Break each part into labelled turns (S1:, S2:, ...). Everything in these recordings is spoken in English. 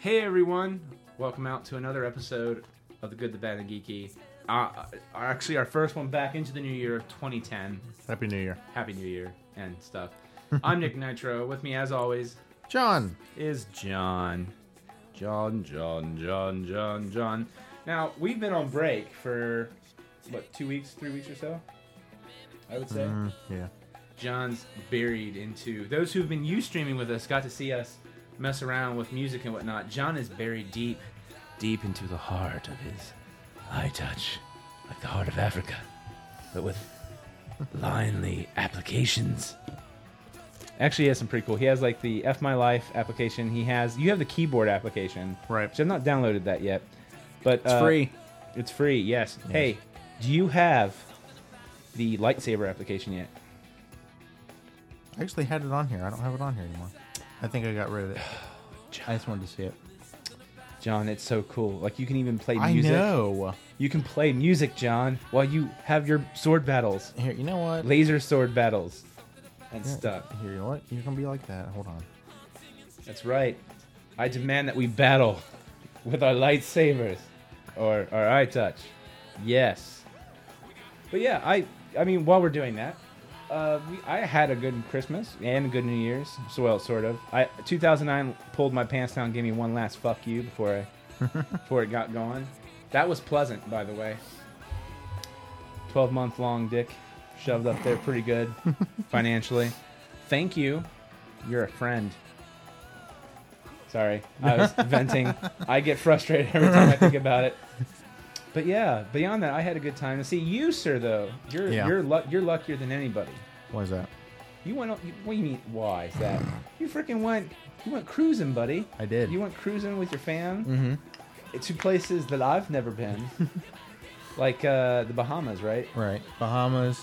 S1: Hey everyone, welcome out to another episode of The Good, the Bad, and the Geeky. Uh, actually, our first one back into the new year of 2010.
S2: Happy New Year.
S1: Happy New Year and stuff. I'm Nick Nitro. With me, as always,
S2: John.
S1: is John. John, John, John, John, John. Now, we've been on break for, what, two weeks, three weeks or so? I would say.
S2: Yeah.
S1: John's buried into. Those who've been you streaming with us got to see us mess around with music and whatnot. John is buried deep, deep into the heart of his eye touch, like the heart of Africa, but with linely applications. Actually, he has some pretty cool. He has like the F My Life application. He has you have the keyboard application,
S2: Right.
S1: Which I've not downloaded that yet, but uh,
S2: It's free.
S1: It's free. Yes. Hey, do you have the lightsaber application yet?
S2: I actually had it on here. I don't have it on here anymore. I think I got rid of it. I just wanted to see it.
S1: John, it's so cool. Like you can even play
S2: I
S1: music.
S2: know.
S1: You can play music, John, while you have your sword battles,
S2: Here, you know what?
S1: laser sword battles, and
S2: Here-
S1: stuff.
S2: Here, you know what? You're gonna be like that. Hold on.
S1: That's right. I demand that we battle with our lightsabers or our eye touch. Yes. But yeah, I I mean while we're doing that, uh, we, I had a good Christmas and a good New Year's. So well, sort of. I 2009 pulled my pants down, gave me one last fuck you before I before it got going. That was pleasant, by the way. 12 month long dick shoved up there pretty good financially. Thank you. You're a friend. Sorry, I was venting. I get frustrated every time I think about it. But yeah, beyond that, I had a good time. And see, you, sir, though, you're
S2: Yeah.
S1: you're lu- you're luckier than anybody.
S2: What is that?
S1: You went. on- you- What do you mean? Why is that? You freaking went. You went cruising, buddy.
S2: I did. Mm-hmm.
S1: You went cruising with your fam to places that I've never been, like uh, the Bahamas, right?
S2: Right. Bahamas,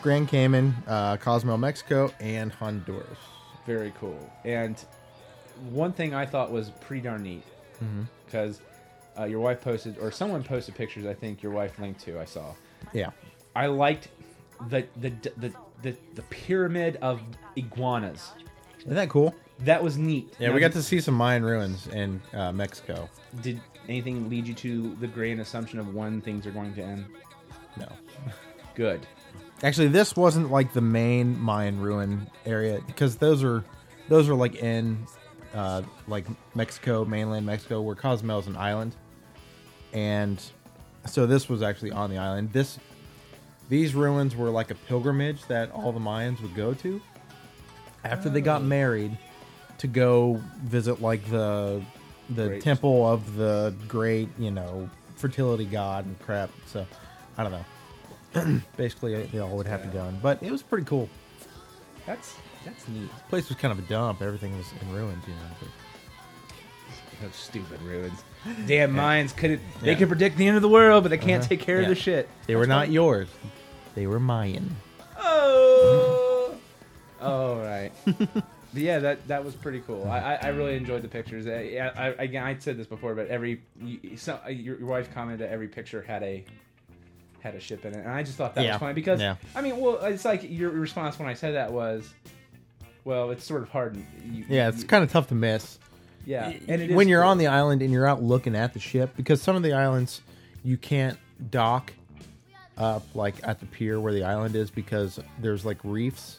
S2: Grand Cayman, uh, Cozumel, Mexico, and Honduras.
S1: Very cool. And one thing I thought was pretty darn neat
S2: Mm-hmm.
S1: because uh, your wife posted, or someone posted pictures. I think your wife linked to. I saw.
S2: Yeah.
S1: I liked the the the the, the pyramid of iguanas.
S2: Isn't that cool?
S1: That was neat.
S2: Yeah,
S1: Now,
S2: we got to see some Mayan ruins in uh, Mexico.
S1: Did anything lead you to the grand assumption of when things are going to end?
S2: No.
S1: Good.
S2: Actually, this wasn't like the main Mayan ruin area because those are those are like in uh, like Mexico, mainland Mexico, where Cozumel is an island, and so this was actually on the island. This these ruins were like a pilgrimage that all the Mayans would go to after they got married to go visit like the the
S1: Great.
S2: temple of the great you know fertility god and crap. So I don't know basically uh, they all would have to go in. But it was pretty cool.
S1: That's that's neat.
S2: The place was kind of a dump. Everything was in ruins, you know. but-
S1: Those stupid ruins. Damn mines couldn't. They
S2: Yeah.
S1: could predict the end of the world, but they can't
S2: Uh-huh.
S1: take care of
S2: Yeah.
S1: the shit.
S2: They were not yours. They were Mayan.
S1: Oh. All right. But yeah, that that was pretty cool. I, I, I really enjoyed the pictures. I, yeah, I, again, I said this before, but every you, so, uh, your, your wife commented that every picture had a had a ship in it, and I just thought that
S2: Yeah.
S1: was funny because
S2: Yeah.
S1: I mean, well, it's like your response when I said that was, well, it's sort of hard. You,
S2: Yeah, it's kind of tough to miss
S1: of yeah.
S2: when you're
S1: on
S2: on the island and you're out looking at the ship because some of the islands you can't dock up like at the pier where the island is because there's like reefs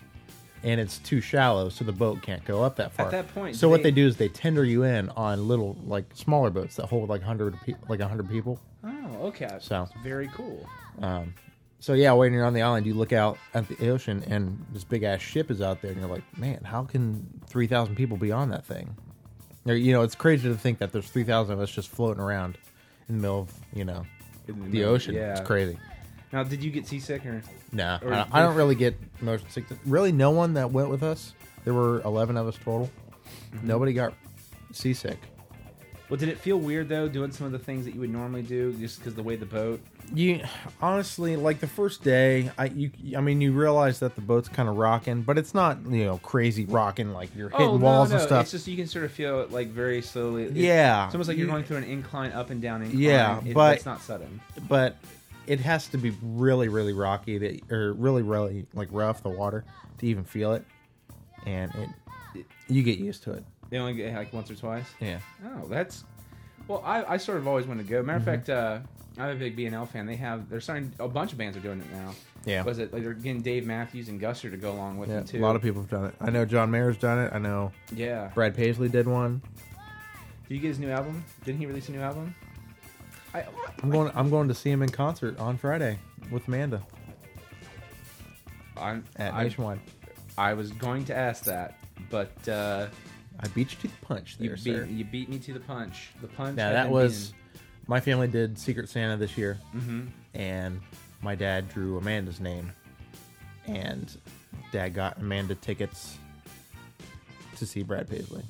S2: and it's too shallow so the boat can't go up that far
S1: that point,
S2: so what
S1: they-
S2: they do is they tender you in on little like smaller boats that hold like 100 pe- like 100 people
S1: Oh, okay.
S2: So.
S1: Very cool.
S2: Um, so yeah, when you're on the island, you look out at the ocean, and this big ass ship is out there, and you're like, man, how can three thousand people be on that thing? Or, You know, it's crazy to think that there's three thousand of us just floating around in the middle of you know
S1: In the
S2: the,
S1: middle,
S2: ocean.
S1: yeah.
S2: It's crazy.
S1: Now, did you get seasick or?
S2: No, I
S1: Or
S2: don't, I don't
S1: if-
S2: really get motion sickness. Really, no one that went with us. There were eleven of us total.
S1: Mm-hmm.
S2: Nobody got seasick.
S1: Well, did it feel weird though doing some of the things that you would normally do just because the way the boat?
S2: You honestly like the first day. I you I mean you realize that the boat's kind of rocking, but it's not you know crazy rocking like you're hitting walls and stuff.
S1: Oh, It's just you can sort of feel it like very slowly. It-
S2: Yeah.
S1: it's almost like you're
S2: You-
S1: going through an incline, up and down incline.
S2: Yeah,
S1: It-
S2: but-
S1: it's not sudden.
S2: but it has to be really really rocky to, or really really like rough the water to even feel it, and it, you get used to it.
S1: They only get like once or twice.
S2: Yeah.
S1: Oh, that's well. I, I sort of always wanted to go. Matter of
S2: Mm-hmm.
S1: fact, uh, I'm a big BNL fan. They have they're starting a bunch of bands are doing it now.
S2: Yeah.
S1: was it like they're getting Dave Matthews and Gusser to go along with
S2: Yeah,
S1: them
S2: a
S1: too?
S2: lot of people have done it. I know John Mayer's done it. I know
S1: yeah.
S2: Brad Paisley did one.
S1: Did you get his new album? Didn't he release a new album? I,
S2: I'm going. I'm going to see him in concert on Friday with Amanda
S1: I'm,
S2: at
S1: I,
S2: Nationwide.
S1: I was going to ask that, but uh,
S2: I beat you to the punch
S1: you,
S2: there, sir.
S1: beat, you beat me to the punch. The punch.
S2: Now
S1: had
S2: that
S1: been
S2: was my family did Secret Santa this year,
S1: beaten.
S2: and my dad drew Amanda's name, and dad got Amanda tickets to see Brad Paisley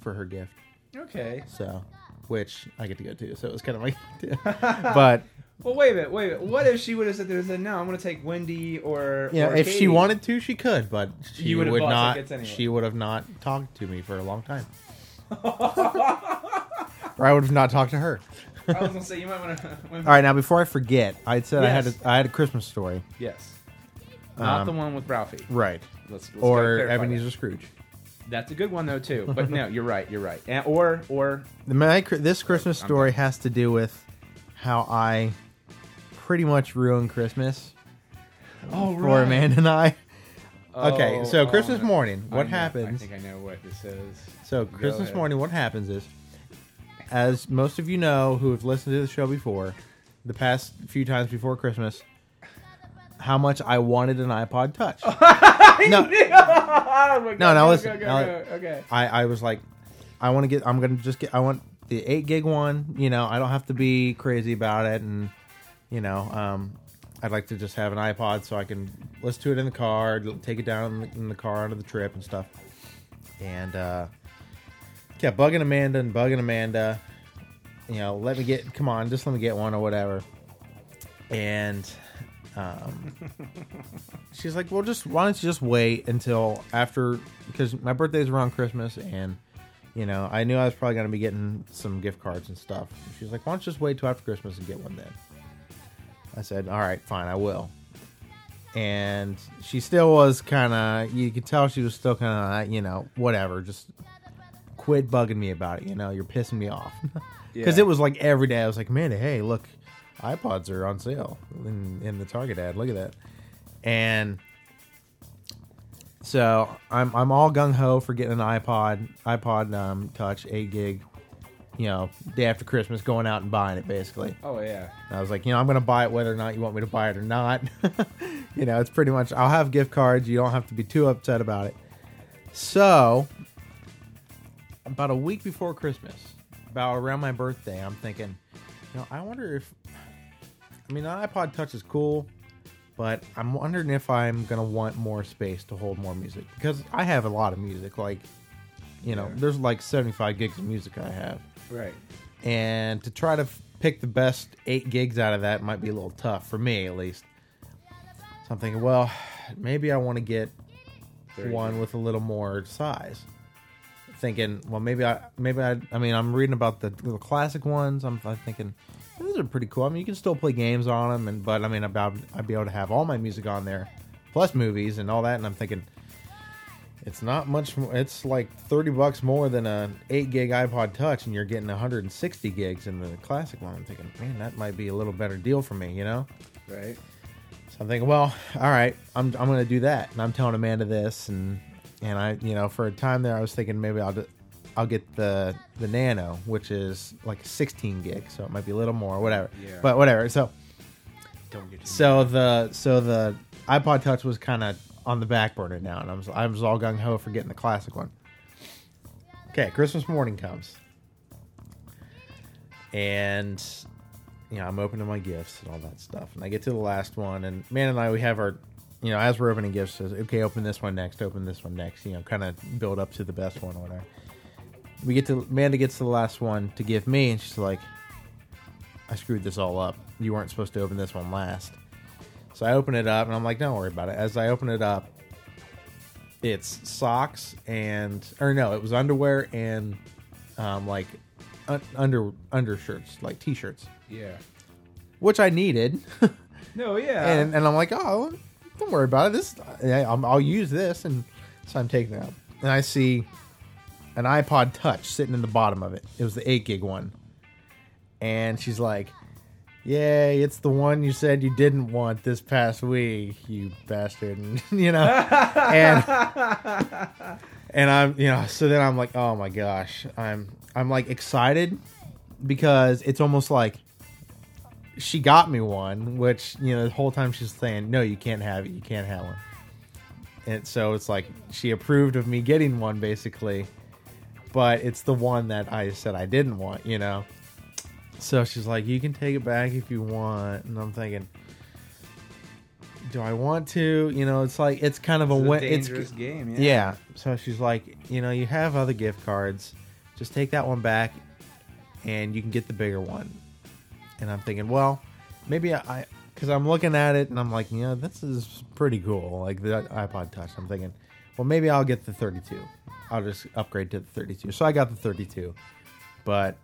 S2: for her gift.
S1: Mhm. Okay.
S2: So, which I get to go to. So it was kind of like, but
S1: Well, wait a minute. Wait a minute. What if she would have said there and said, "No, I'm going to take Wendy or
S2: yeah,
S1: or
S2: if
S1: Katie."
S2: she wanted to, she could, but she
S1: You
S2: would
S1: would've bought
S2: not.
S1: tickets anyway.
S2: She would have not talked to me for a long time, or I would have not talked to her.
S1: I was gonna say you might want to.
S2: All right, now before I forget, I said I
S1: Yes.
S2: had a, I had a Christmas story,
S1: Yes. Not the one with Ralphie.
S2: right?
S1: Let's, let's go
S2: Um, Or
S1: clarify
S2: Ebenezer Scrooge.
S1: that. That's a good one though too. But no, you're right. You're right. And, or or
S2: The- My, cr- this Christmas
S1: I'm
S2: story has to do with how I pretty much ruined Christmas
S1: oh
S2: for Amanda and I. Okay,
S1: Oh,
S2: so
S1: oh,
S2: Christmas
S1: no.
S2: morning,
S1: I
S2: what
S1: know.
S2: happens?
S1: I think I know what this is.
S2: So
S1: Go
S2: Christmas
S1: ahead.
S2: morning, what happens is, as most of you know who have listened to the show before, the past few times before Christmas, how much I wanted an iPod Touch. no,
S1: Oh my God,
S2: No, now listen,
S1: Go, go,
S2: now-
S1: go. Okay.
S2: I, I was like, I want to get. I'm gonna just get. I want the eight gig one. You know, I don't have to be crazy about it, and you know, um, I'd like to just have an iPod so I can listen to it in the car, l- take it down in the, in the car onto the trip and stuff. And uh, kept bugging Amanda and bugging Amanda. You know, let me get. Come on, just let me get one or whatever. And. Um, she's like, well, just why don't you just wait until after because my birthday's around Christmas and you know I knew I was probably gonna be getting some gift cards and stuff. She's like, why don't you just wait till after Christmas and get one then? I said, all right, fine, I will. And she still was kind of you could tell she was still kind of you know whatever, just quit bugging me about it. You know, you're pissing me off because
S1: Yeah.
S2: it was like every day I was like, man, hey, look. iPods are on sale in, in the Target ad. Look at that and so I'm I'm all gung ho for getting an iPod iPod um, Touch eight gig, you know, day after Christmas, going out and buying it basically.
S1: Oh yeah.
S2: And I was like, you know, I'm gonna buy it whether or not you want me to buy it or not. you know, it's pretty much I'll have gift cards. You don't have to be too upset about it. So, about a week before Christmas, about around my birthday, I'm thinking, you know, I wonder if, I mean, an iPod Touch is cool, but I'm wondering if I'm gonna want more space to hold more music because I have a lot of music. Like, you know,
S1: Yeah.
S2: there's like 75 gigs of music I have
S1: Right.
S2: and to try to f- pick the best eight gigs out of that might be a little tough for me at least. So I'm thinking, well, maybe I want to get
S1: There you
S2: one with a little more size. Thinking, well, maybe I, maybe I, I mean, I'm reading about the, the classic ones. I'm, I'm thinking those are pretty cool. I mean, you can still play games on them, and but I mean, about I'd be able to have all my music on there, plus movies and all that. And I'm thinking, it's not much. mo- It's like thirty bucks more than an eight gig iPod Touch, and you're getting 160 gigs in the classic one. I'm thinking, man, that might be a little better deal for me, you know.
S1: Right.
S2: So I'm thinking, well, all right, I'm I'm gonna do that, and I'm telling Amanda this, and and I, you know, for a time there, I was thinking maybe I'll just, I'll get the the Nano, which is like 16 gig, so it might be a little more, whatever.
S1: Yeah.
S2: But whatever. So
S3: don't get. Too
S2: So the so the iPod Touch was kind of on the back burner now, and I was I was all gung ho for getting the classic one. Okay, Christmas morning comes, and you know I'm opening my gifts and all that stuff, and I get to the last one, and man and I we have our you know as we're opening gifts, says okay open this one next, open this one next, you know kind of build up to the best one or whatever. We get to Amanda gets to the last one to give me, and she's like, I screwed this all up. You weren't supposed to open this one last. So I open it up and I'm like, don't worry about it. As I open it up, it's socks and or no, it was underwear and um, like un- under undershirts, like t-shirts,
S1: Yeah.
S2: which I needed.
S1: No, yeah.
S2: and and I'm like, oh, don't worry about it. This I- I'm, I'll use this, and so I'm taking it out, and I see an iPod Touch sitting in the bottom of it. It was the eight gig one, and she's like, "Yay, it's the one you said you didn't want this past week, you bastard!" And, you know, and and I'm you know, so then I'm like, oh my gosh, I'm I'm like excited because it's almost like she got me one, which you know the whole time she's saying, "No, you can't have it. You can't have one." And so it's like she approved of me getting one, basically, but it's the one that I said I didn't want, you know. So she's like, "You can take it back if you want," and I'm thinking, "Do I want to?" You know, it's like it's kind of a
S1: it's a
S2: win.
S1: dangerous
S2: it's
S1: game. Yeah.
S2: yeah. So she's like, you know, you have other gift cards. Just take that one back and you can get the bigger one. And I'm thinking, well, maybe I, because I'm looking at it and I'm like, you know, this is pretty cool. Like the iPod Touch. I'm thinking, well, maybe I'll get the 32. I'll just upgrade to the 32. So I got the 32. But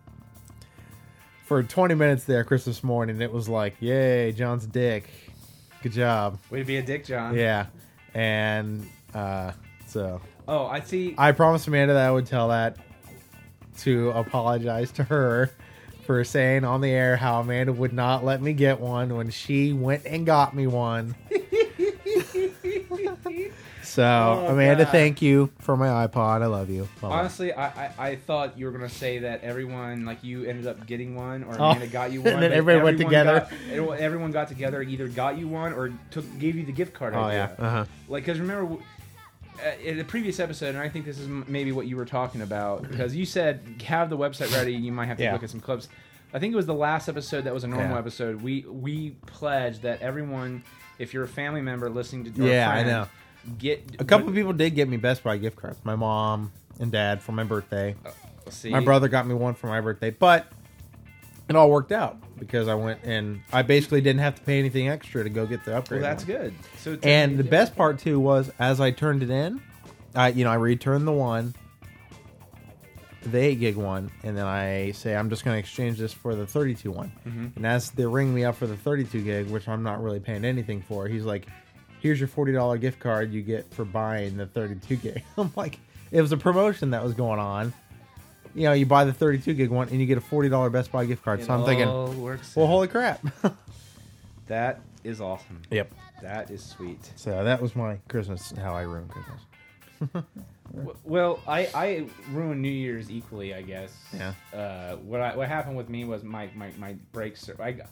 S2: for 20 minutes there, Christmas morning, it was like, yay, John's dick. Good job.
S1: Way to be a dick, John.
S2: Yeah. And uh, so
S1: Oh, I see.
S2: I promised Amanda that I would tell that to apologize to her for saying on the air how Amanda would not let me get one when she went and got me one. so,
S1: Oh,
S2: Amanda,
S1: God.
S2: thank you for my iPod. I love you. Bye-bye.
S1: Honestly, I, I, I thought you were gonna say that everyone like you ended up getting one or
S2: Oh.
S1: Amanda got you
S2: And
S1: one.
S2: then
S1: but
S2: everybody went
S1: everyone
S2: together.
S1: got- everyone- everyone got together, either got you one or took gave you the gift card.
S2: oh, yeah.
S1: idea.
S2: Uh-huh.
S1: Like, because remember, w- uh, in the previous episode, and I think this is m- maybe what you were talking about, because you said have the website ready. You might have to
S2: Yeah.
S1: look at some clips. I think it was the last episode that was a normal
S2: Yeah.
S1: episode. We we pledged that everyone, if you're a family member listening to, or
S2: Yeah, I
S1: friend,
S2: know.
S1: Get
S2: A couple of people did get me Best Buy gift cards. My mom and dad for my birthday.
S1: see,
S2: My brother got me one for my birthday, but it all worked out because I went and I basically didn't have to pay anything extra to go get the
S1: Well,
S2: upgrade.
S1: that's
S2: one.
S1: good. So it's-
S2: And the best part too was as I turned it in, I you know I returned the one, the eight gig one, and then I say I'm just going to exchange this for the 32 one. And as they ring me up for the 32 gig, which I'm not really paying anything for, he's like, "Here's your forty dollar gift card you get for buying the 32 gig." I'm like, it was a promotion that was going on. You know, you buy the 32 gig one and you get a forty dollar Best Buy gift card.
S1: It
S2: so I'm thinking,
S1: all works
S2: well,
S1: out.
S2: holy crap.
S1: that is awesome.
S2: yep.
S1: That is sweet.
S2: So that was my Christmas. How I ruined Christmas.
S1: W- Well, I, I ruined New Year's equally, I guess.
S2: Yeah.
S1: Uh, what I, what happened with me was my my my brakes. are- I got-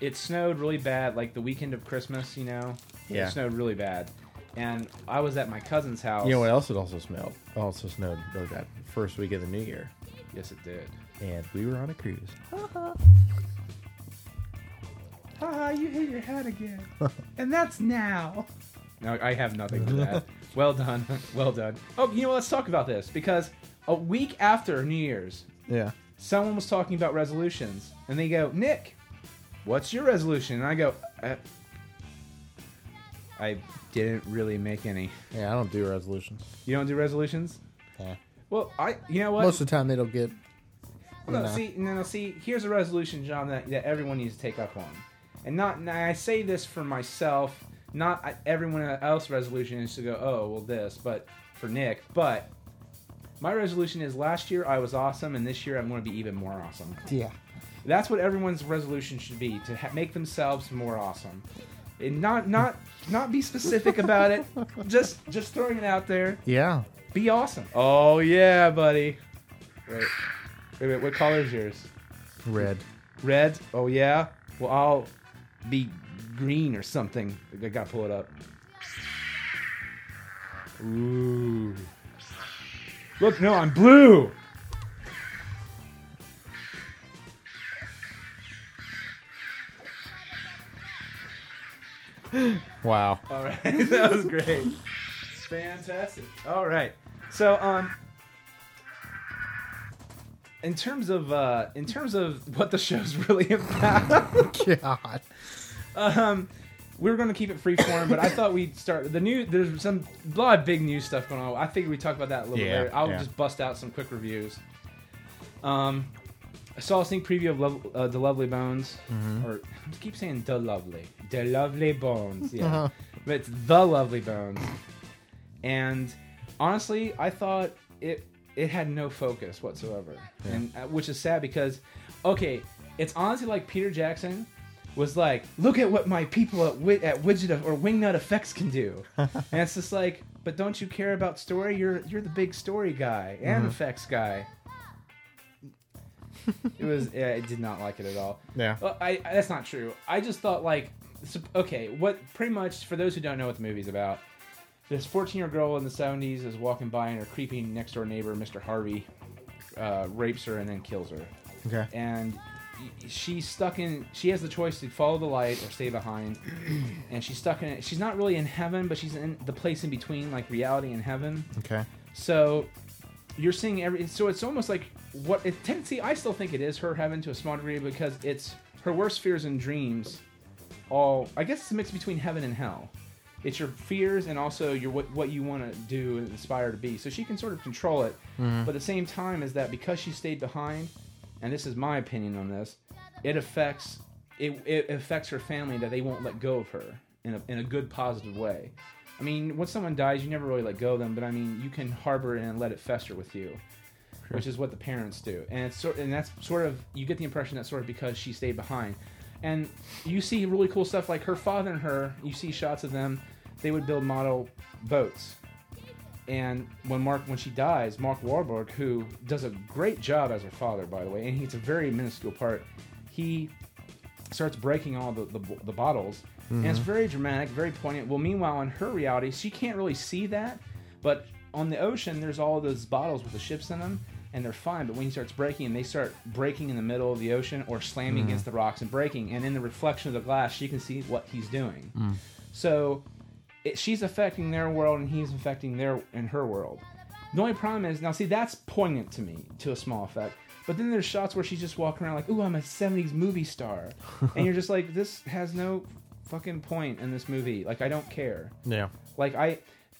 S1: it snowed really bad, like the weekend of Christmas. You know.
S2: Yeah.
S1: It snowed really bad, and I was at my cousin's house.
S2: You know what else it also smelled? Also snowed really bad. First week of the new year.
S1: Yes, it did.
S2: And we were on a cruise.
S1: Haha! You hit your head again, and that's now. No, I have nothing for that. well done, well done. Oh, you know, what? let's talk about this because a week after New Year's,
S2: Yeah.
S1: someone was talking about resolutions, and they go, Nick, what's your resolution? And I go, uh, I didn't really make any.
S2: Yeah, I don't do resolutions.
S1: You don't do resolutions?
S2: Yeah.
S1: Well, I, you know what?
S2: Most of the time they don't get
S1: No,
S2: No.
S1: see, no, no, see, here's a resolution, John, that, that everyone needs to take up on. And not, and I say this for myself, not I- everyone else resolution is to go, oh, well, this, but for Nick, but my resolution is last year I was awesome, and this year I'm going to be even more awesome.
S2: Yeah.
S1: That's what everyone's resolution should be to ha- make themselves more awesome. And not, not, not be specific about it. Just, just throwing it out there.
S2: Yeah.
S1: Be awesome. Oh yeah, buddy. Wait, wait, wait. What color is yours?
S2: Red.
S1: Red? Oh yeah. Well, I'll be green or something. I gotta pull it up. Ooh. Look, no, I'm blue.
S2: Wow.
S1: All right, that was great. Fantastic. All right, so um, in terms of uh, in terms of what the show's really about,
S2: God.
S1: um, we were going to keep it free form, but I thought we'd start the new. There's some a lot of big news stuff going on. I figured we'd talk about that a little
S2: Yeah,
S1: bit later. I'll
S2: yeah.
S1: just bust out some quick reviews. Um, I saw a sneak preview of Lov- uh, the Lovely Bones,
S2: Mm-hmm.
S1: or I keep saying the Lovely, the Lovely Bones, yeah,
S2: Uh-huh.
S1: but it's the Lovely Bones. And honestly, I thought it it had no focus whatsoever, and uh, which is sad because, okay, it's honestly like Peter Jackson was like, look at what my people at, Wi- at Widget of- or Wingnut Effects can do, and it's just like, but don't you care about story? You're you're the big story guy and effects guy. It was yeah, I did not like it at all.
S2: Yeah.
S1: Well, Oh, I, I- that's not true. I just thought like, sup- okay, what pretty much for those who don't know what the movie's about, this 14 year old girl in the 70s is walking by and her creepy next door neighbor, Mr. Harvey, uh, rapes her and then kills her.
S2: Okay.
S1: And y- she's stuck in. She has the choice to follow the light or stay behind. And she's stuck in. it. She's not really in heaven, but she's in the place in between, like reality and heaven.
S2: Okay.
S1: So you're seeing every. So it's almost like what it tendency. I still think it is her heaven to a small degree because it's her worst fears and dreams. All I guess it's a mix between heaven and hell. It's your fears and also your what what you want to do and aspire to be. So she can sort of control it, but at the same time is that because she stayed behind, and this is my opinion on this, it affects it, it affects her family that they won't let go of her in a, in a good positive way. I mean, when someone dies, you never really let go of them, but I mean, you can harbor it and let it fester with you, which is what the parents do. And it's sort and that's sort of you get the impression that sort of because she stayed behind, and you see really cool stuff like her father and her. You see shots of them. They would build model boats and when Mark, when she dies, Mark Wahlberg, who does a great job as her father, by the way, and he's a very minuscule part, he starts breaking all the, the, the bottles. And it's very dramatic, very poignant. Well, meanwhile, in her reality, she can't really see that. But on the ocean, there's all those bottles with the ships in them, and they're fine. But when he starts breaking, and they start breaking in the middle of the ocean or slamming against the rocks and breaking. And in the reflection of the glass, she can see what he's doing. So it, she's affecting their world and he's affecting their and her world. The only problem is now see that's poignant to me to a small effect. But then there's shots where she's just walking around like, "Ooh, I'm a '70s movie star," and you're just like, "This has no fucking point in this movie. Like, I don't care."
S2: Yeah.
S1: Like I,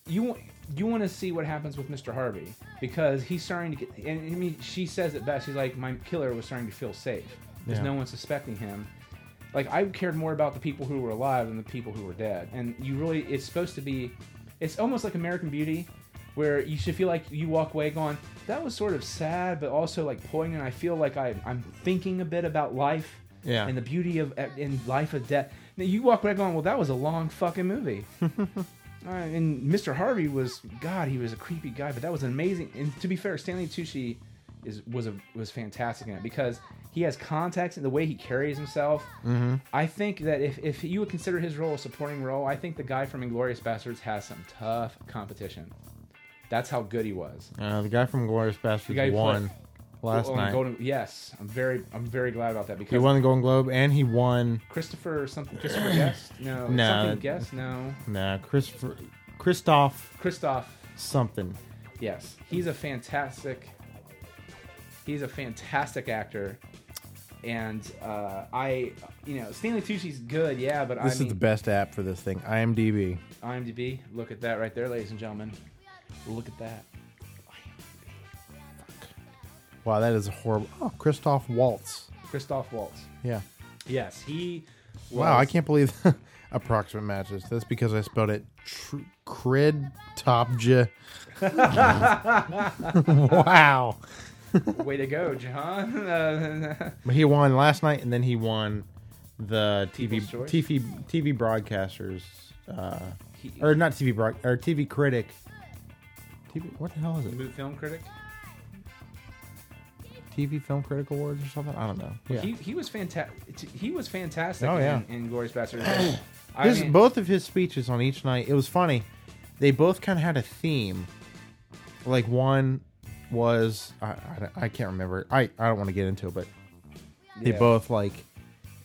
S1: you you want to see what happens with Mr. Harvey because he's starting to get. And I mean, she says it best. She's like, my killer was starting to feel safe. There's
S2: Yeah.
S1: no one suspecting him. Like I cared more about the people who were alive than the people who were dead. And you really, it's supposed to be, it's almost like American Beauty, where you should feel like you walk away going, that was sort of sad, but also like poignant. I feel like I, I'm thinking a bit about life
S2: Yeah.
S1: and the beauty of in life of death. Now you walk away going, well, that was a long fucking movie. Uh, and Mr. Harvey was God. He was a creepy guy, but that was amazing. And to be fair, Stanley Tucci is was a, was fantastic in it because he has contacts and the way he carries himself.
S2: Mm-hmm.
S1: I think that if, if you would consider his role a supporting role, I think the guy from Inglorious Bastards has some tough competition. That's how good he was.
S2: Uh, the guy from Glorious Bastards
S1: guy who
S2: won
S1: played-
S2: last
S1: Oh, and
S2: night.
S1: Golden, yes, I'm very I'm very glad about that
S2: He
S1: because
S2: won the Golden Globe and he won.
S1: Christopher something Christopher Guest no,
S2: No.
S1: something Guest no
S2: Nah, Christopher, Christoph
S1: Christoph
S2: something.
S1: Yes, he's a fantastic. He's a fantastic actor, and uh, I, you know, Stanley Tucci's good, yeah, but
S2: This
S1: I
S2: is
S1: mean,
S2: the best app for this thing. IMDb.
S1: IMDb. Look at that right there, ladies and gentlemen. Look at that.
S2: Wow, that is horrible. Oh, Christoph Waltz.
S1: Christoph Waltz.
S2: Yeah.
S1: Yes, he. Was,
S2: Wow, I can't believe approximate matches. That's because I spelled it tr- crid wow.
S1: Way to go, John. Uh,
S2: But he won last night, and then he won the TV
S1: People's Choice?
S2: TV TV broadcasters, uh,
S1: he,
S2: or not TV broad or TV critic. TV, what the hell is it?
S1: film critic.
S2: TV Film Critic Awards or something. I don't know. Yeah.
S1: He, he was fantastic. He was fantastic.
S2: Oh, yeah.
S1: in, in Glorious Bastards. I
S2: His,
S1: mean,
S2: both of his speeches on each night, it was funny. They both kind of had a theme. Like one was I, I, I can't remember. I I don't want to get into it, but they
S1: Yeah.
S2: both like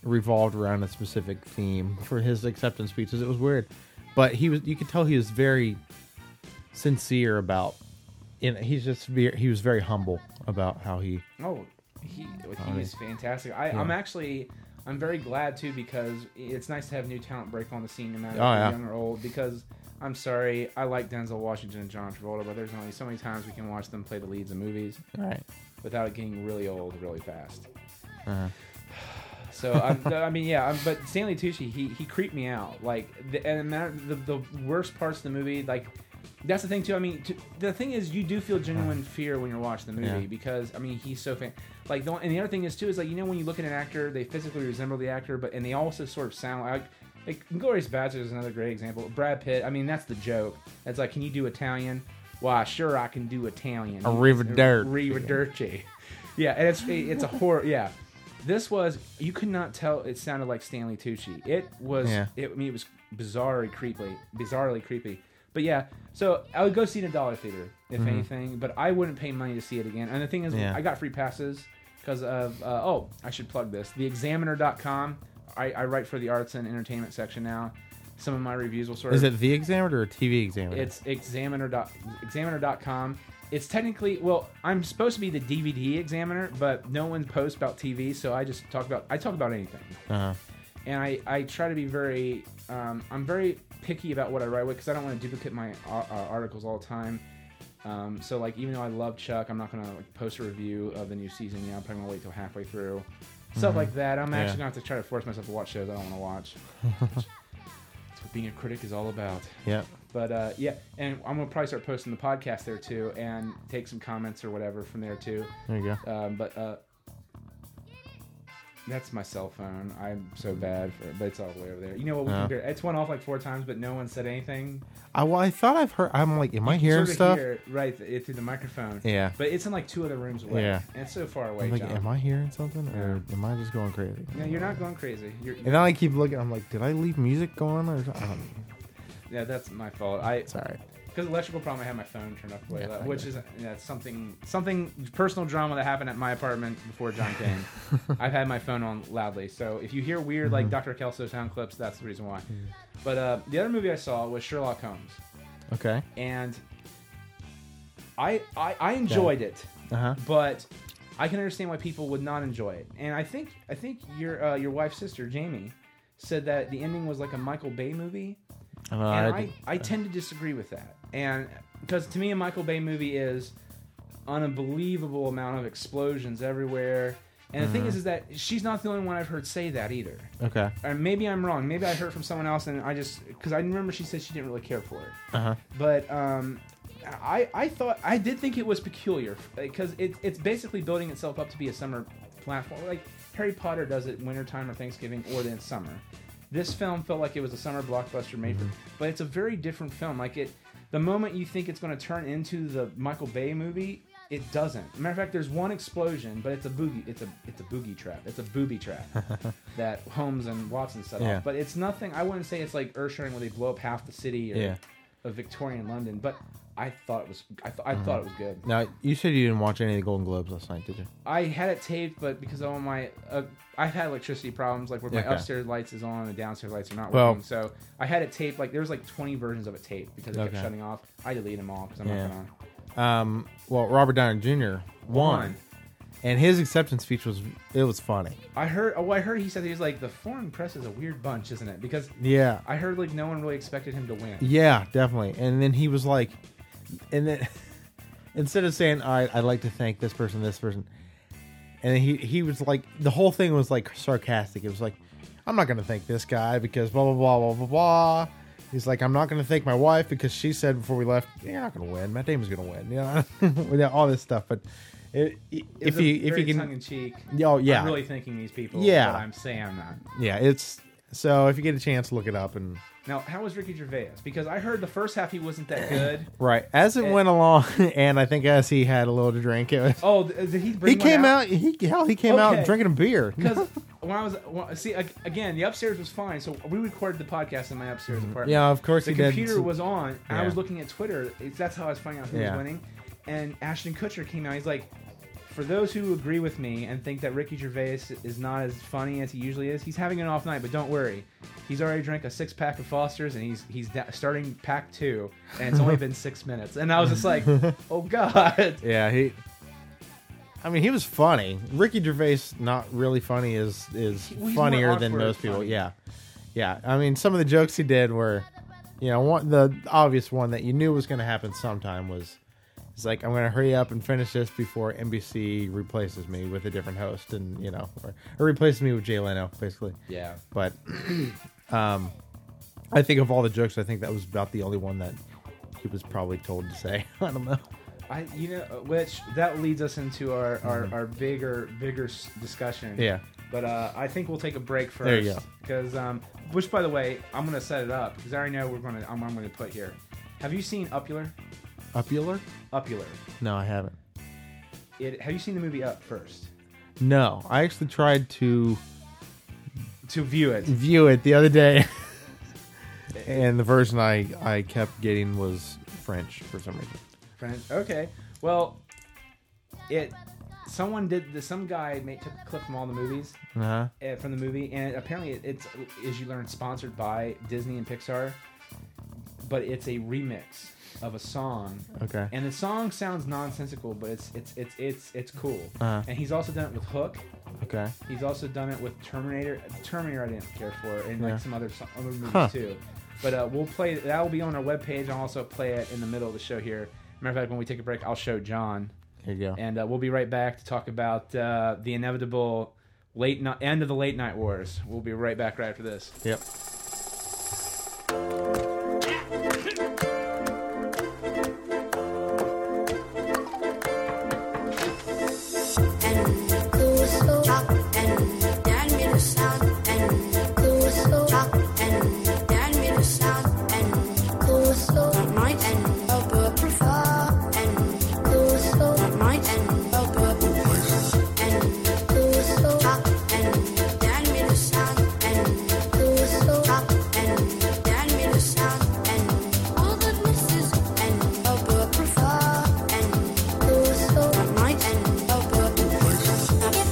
S2: revolved around a specific theme for his acceptance speeches. It was weird, but he was you could tell he was very sincere about. And he's just ve- he was very humble about how he.
S1: Oh, he he was fantastic. I, I'm actually I'm very glad too because it's nice to have new talent break on the scene, no matter
S2: Oh,
S1: if
S2: yeah.
S1: they're young or old. Because I'm sorry, I like Denzel Washington and John Travolta, but there's only so many times we can watch them play the leads in movies
S2: All right.
S1: without getting really old really fast.
S2: Uh-huh.
S1: So I'm, no, I mean, yeah, I'm, but Stanley Tucci, he he creeped me out. Like, the, and the, matter- the the worst parts of the movie, like, that's the thing too. I mean, t the thing is, you do feel genuine fear when you're watching the movie
S2: Yeah.
S1: because I mean, he's so fan. Like, the, one- and the other thing is too is like you know when you look at an actor, they physically resemble the actor, but and they also sort of sound like. Like Glorious Bachelor is another great example. Brad Pitt, I mean, that's the joke. That's like, can you do Italian? Why, sure, I can do Italian.
S2: Arrivederci.
S1: Arrivederci. Yeah, and it's it's a horror. Yeah, this was you could not tell. It sounded like Stanley Tucci. It was.
S2: Yeah.
S1: It, I mean, it was bizarrely creepy. Bizarrely creepy. But yeah, so I would go see it in a dollar theater if anything, but I wouldn't pay money to see it again. And the thing is,
S2: Mm-hmm. Yeah.
S1: I got free passes because of uh, oh, I should plug this. TheExaminer.com. I, I write for the arts and entertainment section now. Some of my reviews will sort
S2: Is
S1: of
S2: it the examiner or TV examiner?
S1: it's examiner dot examiner.com. It's technically well, I'm supposed to be the DVD examiner, but no one posts about TV, so I just talk about I talk about anything,
S2: uh
S1: and I I try to be very um, I'm very picky about what I write with because I don't want to duplicate my uh, uh, articles all the time. Um, so like even though I love Chuck, I'm not gonna like post a review of the new season. Yeah, I'm probably gonna wait till halfway through. Stuff like that. I'm actually
S2: Yeah.
S1: gonna have to try to force myself to watch shows I don't want to watch. That's what being a critic is all about.
S2: yeah.
S1: But uh, yeah, and I'm gonna probably start posting the podcast there too, and take some comments or whatever from there too.
S2: There you go.
S1: Um, but uh, that's my cell phone. I'm so bad for it, but it's all the way over there. You know what? We
S2: Yeah.
S1: can, it's went off like four times, but no one said anything.
S2: I well, I thought I've heard. I'm like, am I hearing
S1: Sort of
S2: stuff?
S1: hear it right th- through the microphone.
S2: Yeah.
S1: But it's in like two other rooms away.
S2: Yeah.
S1: And it's so far away,
S2: I'm like,
S1: John.
S2: am I hearing something or am I just going crazy?
S1: No, you're not going crazy. You're,
S2: And then I keep looking. I'm like, did I leave music going or something? Oh, I don't know.
S1: yeah, that's my fault. I
S2: It's all right.
S1: because electrical problem, I had my phone turned off way
S2: Yeah,
S1: loud,
S2: I
S1: which
S2: get
S1: is yeah, something something personal drama that happened at my apartment before John came. I've had my phone on loudly, so if you hear weird
S2: Mm-hmm.
S1: like Dr. Kelso sound clips, that's the reason why. But uh, the other movie I saw was Sherlock Holmes,
S2: Okay.
S1: and I I, I enjoyed it,
S2: Uh huh.
S1: but I can understand why people would not enjoy it. And I think I think your uh, your wife's sister Jamie said that the ending was like a Michael Bay movie
S2: I, don't know,
S1: and
S2: I
S1: I,
S2: did-
S1: I tend to disagree with that. And because to me, a Michael Bay movie is an unbelievable amount of explosions everywhere. And the thing is, is that she's not the only one I've heard say that either.
S2: okay.
S1: Or maybe I'm wrong. Maybe I heard from someone else, and I just because I remember she said she didn't really care for it.
S2: Uh huh.
S1: But um, I I thought I did think it was peculiar because it, it's basically building itself up to be a summer platform. Like Harry Potter does it wintertime or Thanksgiving or then summer. This film felt like it was a summer blockbuster made for,
S2: Mm-hmm.
S1: but it's a very different film. Like it, the moment you think it's going to turn into the Michael Bay movie, it doesn't. Matter of fact, there's one explosion, but it's a boogie. It's a it's a boogie trap. It's a booby trap that Holmes and Watson set
S2: Yeah.
S1: off. But it's nothing. I wouldn't say it's like Ursharing where they blow up half the city or
S2: Yeah.
S1: of Victorian London, but I thought it was I, th- I
S2: Mm-hmm.
S1: thought it was good.
S2: Now you said you didn't watch any of the Golden Globes last night, did you?
S1: I had it taped, but because of all my uh, I've had electricity problems, like where my
S2: Okay.
S1: upstairs lights is on and the downstairs lights are not
S2: Well-
S1: working. So I had it taped. Like there was like 20 versions of it taped because it
S2: Okay.
S1: kept shutting off. I deleted them all because I'm
S2: Yeah.
S1: not going
S2: Um. Well, Robert Downey Jr. won,
S1: Won.
S2: and his acceptance speech was it was funny.
S1: I heard. Oh, I heard he said he was like the foreign press is a weird bunch, isn't it? Because
S2: Yeah.
S1: I heard like no one really expected him to win.
S2: Yeah, definitely. And then he was like, and then instead of saying, "All right, I'd like to thank this person, this person," and then he he was like, the whole thing was like sarcastic. It was like, "I'm not going to thank this guy because blah blah blah blah blah blah." He's like, "I'm not going to thank my wife because she said before we left, you're not going to win. Matt Damon's going to win." You know, With all this stuff. But it,
S1: It was
S2: if you if you
S1: tongue
S2: can,
S1: in cheek.
S2: oh yeah,
S1: I'm really thinking these people.
S2: Yeah.
S1: but I'm saying I'm not.
S2: yeah, it's So if you get a chance, look it up and
S1: Now, how was Ricky Gervais? Because I heard the first half he wasn't that good.
S2: right as it
S1: Eh.
S2: went along, and I think as he had a little to drink, it was,
S1: Oh, th- did he bring
S2: he
S1: one
S2: came out. He hell, he came out
S1: Okay.
S2: drinking a beer.
S1: Because when I was when, see ag- again, the upstairs was fine. So we recorded the podcast in my upstairs apartment.
S2: Mm-hmm. Yeah, of course
S1: the
S2: he did.
S1: computer was on. And I
S2: Yeah.
S1: was looking at Twitter. It's, that's how I was finding out who
S2: Yeah.
S1: was winning. And Ashton Kutcher came out. He's like, for those who agree with me and think that Ricky Gervais is not as funny as he usually is, he's having an off night. But don't worry, he's already drank a six pack of Fosters and he's he's da- starting pack two, and it's only been six minutes. And I was just like, oh god.
S2: Yeah, he. I mean, he was funny. Ricky Gervais, not really funny, is is
S1: He- he's more
S2: funnier than
S1: awkward
S2: most people.
S1: funny.
S2: Yeah, yeah. I mean, some of the jokes he did were, you know, one the obvious one that you knew was going to happen sometime was, it's like I'm going to hurry up and finish this before NBC replaces me with a different host, and you know, or, or replaces me with Jay Leno, basically.
S1: Yeah.
S2: But, um, I think of all the jokes, I think that was about the only one that he was probably told to say. I don't know.
S1: I, you know, uh, which that leads us into our our, our bigger bigger s- discussion.
S2: Mm-hmm. Yeah.
S1: But uh, I think we'll take a break first.
S2: There you go.
S1: Because um, which by the way, I'm gonna set it up because I already know we're gonna I'm, I'm gonna put here. Have you seen Upular?
S2: Upular?
S1: Upular.
S2: No, I haven't.
S1: It. Have you seen the movie Up first?
S2: No, I actually tried to
S1: To view it.
S2: view it the other day, and the version I I kept getting was French for some reason.
S1: Friend. Okay. Well, it. Someone did this. Some guy made took a clip from all the movies.
S2: Uh huh.
S1: uh, from the movie, and apparently it- it's, as you learn, sponsored by Disney and Pixar, but it's a remix of a song.
S2: Okay.
S1: And the song sounds nonsensical, but it's it's it's it's it's cool.
S2: Uh-huh.
S1: And he's also done it with Hook.
S2: okay.
S1: He's also done it with Terminator. Terminator, I didn't care for, and
S2: Yeah.
S1: like some other so- other movies
S2: Huh.
S1: too. But uh, we'll play that will be on our webpage. I'll also play it in the middle of the show here. Matter of fact, when we take a break, I'll show John
S2: Here you go.
S1: and uh, we'll be right back to talk about uh, the inevitable late ni- end of the late night wars. We'll be right back right after this.
S2: Yep.
S3: and close the top and down with the sound and close the top and down with the sound and close the night and up up profile and close the night and up up and close the top and down with the sound and close the top and down with the sound and all the misses and up up profile and close the night and up up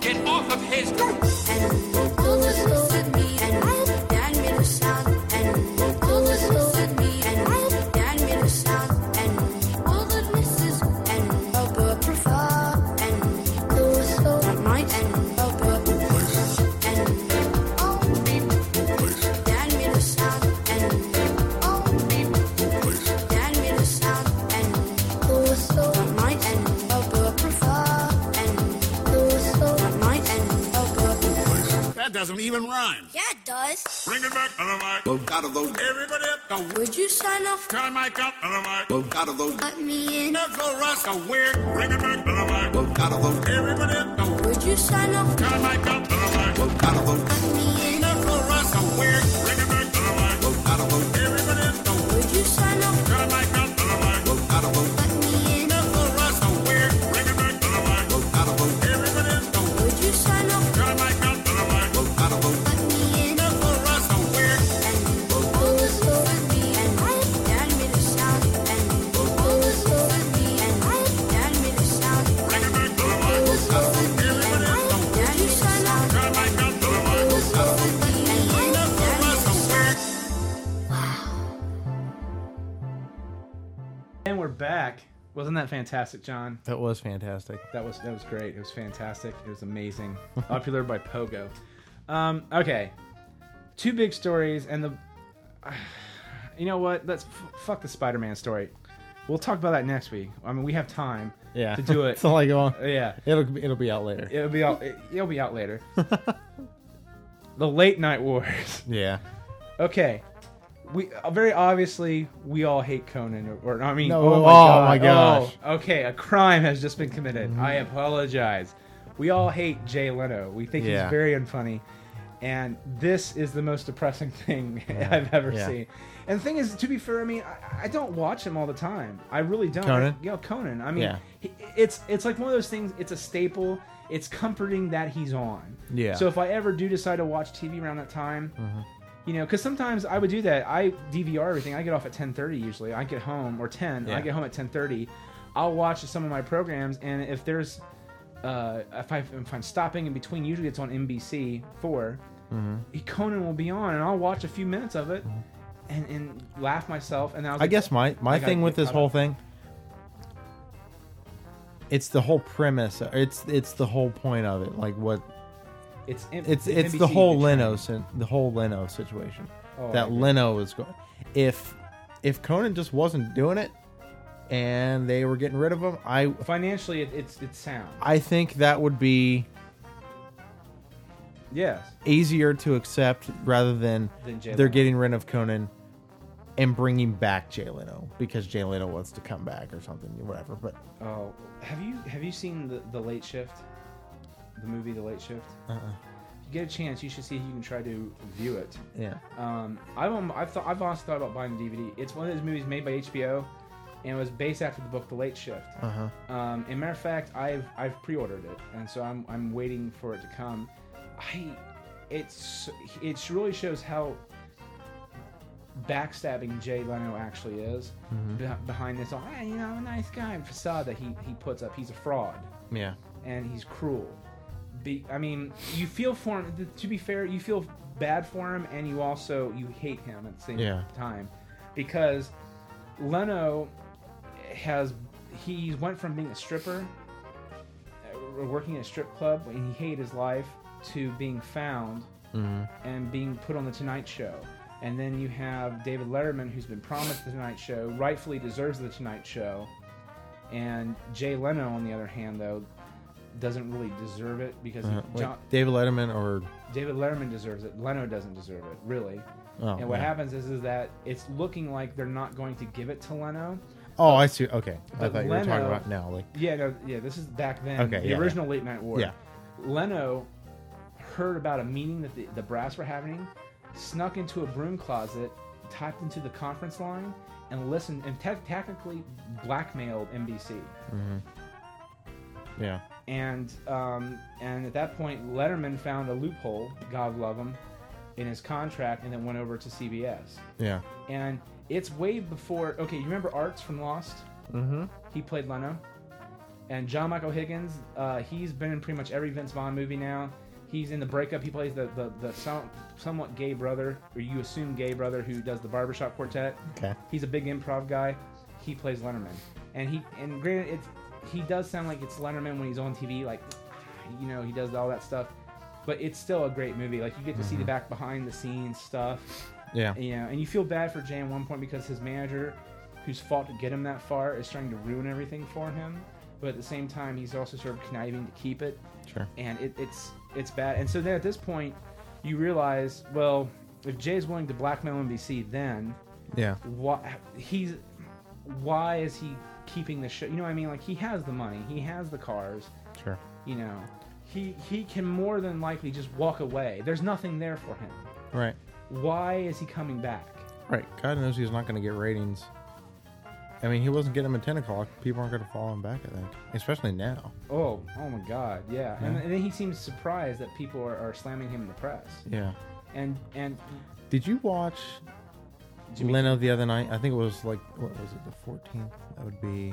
S4: Get off of his group!
S3: And over and oh, beep, down with the sound and oh, beep, down with the sound and close the night and over profile and close the night and over.
S4: That doesn't even rhyme.
S3: Yeah, it does.
S4: Bring it back on the mic. out of those. Everybody up. Go.
S3: Would you sign up?
S4: Turn mic up on the mic. out of those.
S3: Let me in.
S4: Knuckle rust. Go weird. Bring it back on the mic. out of those. Everybody up. Go.
S3: Would you sign up?
S4: Turn mic up on the mic. out of those.
S3: Let me in.
S4: Knuckle rust. Go weird. Bring it back on the mic. out of those. Everybody up. Go.
S3: Would you sign up?
S4: Turn mic up on the mic. out of those.
S3: Let me in.
S4: Knuckle rust. Go weird. Bring it back on the mic. out of those. Everybody up. Go.
S3: Would you sign up?
S4: Turn mic up on the mic. out of those.
S3: Let me in.
S4: Knuckle rust. Go weird. Turn mic up on the mic.
S1: And we're back. Wasn't that fantastic, John?
S2: That was fantastic.
S1: That was that was great. It was fantastic. It was amazing. Popular by Pogo. Um, okay, two big stories, and the you know what? Let's f- fuck the Spider-Man story. We'll talk about that next week. I mean, we have time
S2: Yeah.
S1: to do it.
S2: it's like well,
S1: yeah,
S2: it'll it'll be out later.
S1: it'll be out. It'll be out later. the late night wars.
S2: Yeah.
S1: Okay. we uh, very obviously we all hate Conan. Or, or I mean,
S2: No,
S1: oh, my,
S2: oh
S1: God.
S2: my Mm-hmm. gosh.
S1: Oh, okay, a crime has just been committed. I apologize. We all hate Jay Leno. We think
S2: Yeah.
S1: he's very unfunny, and this is the most depressing thing I've ever
S2: Yeah.
S1: seen. And the thing is, to be fair, I mean, I, I don't watch him all the time. I really don't.
S2: Conan?
S1: I, you know, Conan. I mean,
S2: Yeah.
S1: he- it's it's like one of those things. It's a staple. It's comforting that he's on.
S2: Yeah. Mm-hmm.
S1: So if I ever do decide to watch TV around that time, you know, because sometimes I would do that. I DVR everything. I get off at ten thirty usually. I get home or ten.
S2: Yeah.
S1: I get home at ten thirty. I'll watch some of my programs, and if there's uh, if, I, if I'm stopping in between, usually it's on NBC 4
S2: Mm-hmm.
S1: Conan will be on, and I'll watch a few minutes of it, and, and laugh myself. And I, was
S2: I
S1: like,
S2: guess my my
S1: Like, I
S2: thing with
S1: get-
S2: this
S1: I
S2: whole
S1: don't-
S2: thing, it's the whole premise. It's it's the whole point of it. Like what
S1: it's in-
S2: it's it's the
S1: NBC
S2: whole
S1: between-
S2: Leno sin- the whole Leno situation.
S1: Oh, I
S2: that
S1: agree.
S2: Leno is going. If if Conan just wasn't doing it, and they were getting rid of him, I
S1: financially. It, it's it's sound.
S2: I think that would be
S1: Yes.
S2: easier to accept rather than
S1: Than Jay
S2: they're
S1: Leno.
S2: getting rid of Conan and bringing back Jay Leno because Jay Leno wants to come back or something, whatever. But
S1: Oh, have you have you seen the, the Late Shift? The movie The Late Shift. Uh-uh. If you get a chance, you should see if you can try to view it.
S2: yeah,
S1: Um, I've um, I've thought I've honestly thought about buying the DVD. It's one of those movies made by HBO, and it was based after the book The Late Shift.
S2: uh
S1: Um, and matter of fact, I've I've pre-ordered it, and so I'm I'm waiting for it to come. I, it's it really shows how backstabbing Jay Leno actually is beh- behind this all. "Hey, you know, nice guy facade that he he puts up. He's a fraud
S2: yeah,
S1: and he's cruel. Be, I mean, you feel for him. th- To be fair, you feel bad for him, and you also you hate him at the same
S2: Yeah.
S1: time because Leno has he went from being a stripper, uh, working at a strip club, and he hated his life, to being found
S2: Mm-hmm.
S1: and being put on the Tonight Show. And then you have David Letterman, who's been promised the Tonight Show, rightfully deserves the Tonight Show. And Jay Leno, on the other hand, though, doesn't really deserve it because he-
S2: Uh, wait,
S1: John,
S2: David Letterman or
S1: David Letterman deserves it. Leno doesn't deserve it, really.
S2: Oh,
S1: and what
S2: yeah.
S1: happens is, is that it's looking like they're not going to give it to Leno.
S2: oh, I see. Okay, I
S1: But
S2: thought you were talking
S1: Leno-
S2: about now. Like
S1: Yeah, no, yeah. This is back then.
S2: Okay,
S1: the
S2: yeah,
S1: original late night war.
S2: Yeah.
S1: Leno heard about a meeting that the, the brass were having, snuck into a broom closet, typed into the conference line, and listened and te- technically blackmailed NBC.
S2: yeah,
S1: And um, and at that point, Letterman found a loophole. God love him, in his contract, and then went over to CBS.
S2: yeah,
S1: And it's way before. Okay, you remember Arts from Lost?
S2: mm-hmm.
S1: He played Leno. And John Michael Higgins, uh, he's been in pretty much every Vince Vaughn movie now. He's in the breakup. He plays the, the, the some, somewhat gay brother, or you assume gay brother, who does the barbershop quartet.
S2: okay,
S1: He's a big improv guy. He plays Letterman, and he and granted, it's he does sound like it's Letterman when he's on TV, like you know he does all that stuff. But it's still a great movie. Like you get to see
S2: Mm-hmm.
S1: the back behind the scenes stuff
S2: yeah,
S1: you know, and you feel bad for Jay at one point because his manager, whose fault to get him that far, is trying to ruin everything for him. But at the same time, he's also sort of conniving to keep it,
S2: sure,
S1: and it, it's it's bad. And so then at this point, you realize, well, if Jay's willing to blackmail NBC, then
S2: yeah,
S1: why he's why is he keeping the show? You know what I mean? Like he has the money, he has the cars,
S2: sure,
S1: you know. He, he can more than likely just walk away. There's nothing there for him.
S2: right,
S1: Why is he coming back?
S2: right. God knows he's not going to get ratings. I mean, he wasn't getting them at ten o'clock. People aren't going to follow him back. I think, especially now.
S1: Oh, oh my God, yeah. And, and then he seems surprised that people are, are slamming him in the press.
S2: Yeah.
S1: And and
S2: Did you watch
S1: Jimmy-
S2: Leno the other night? I think it was like what was it, the fourteenth? That would be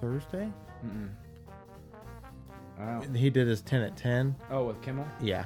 S2: Thursday.
S1: mm-mm. Oh.
S2: He did his ten at ten.
S1: oh, with Kimmel,
S2: Yeah,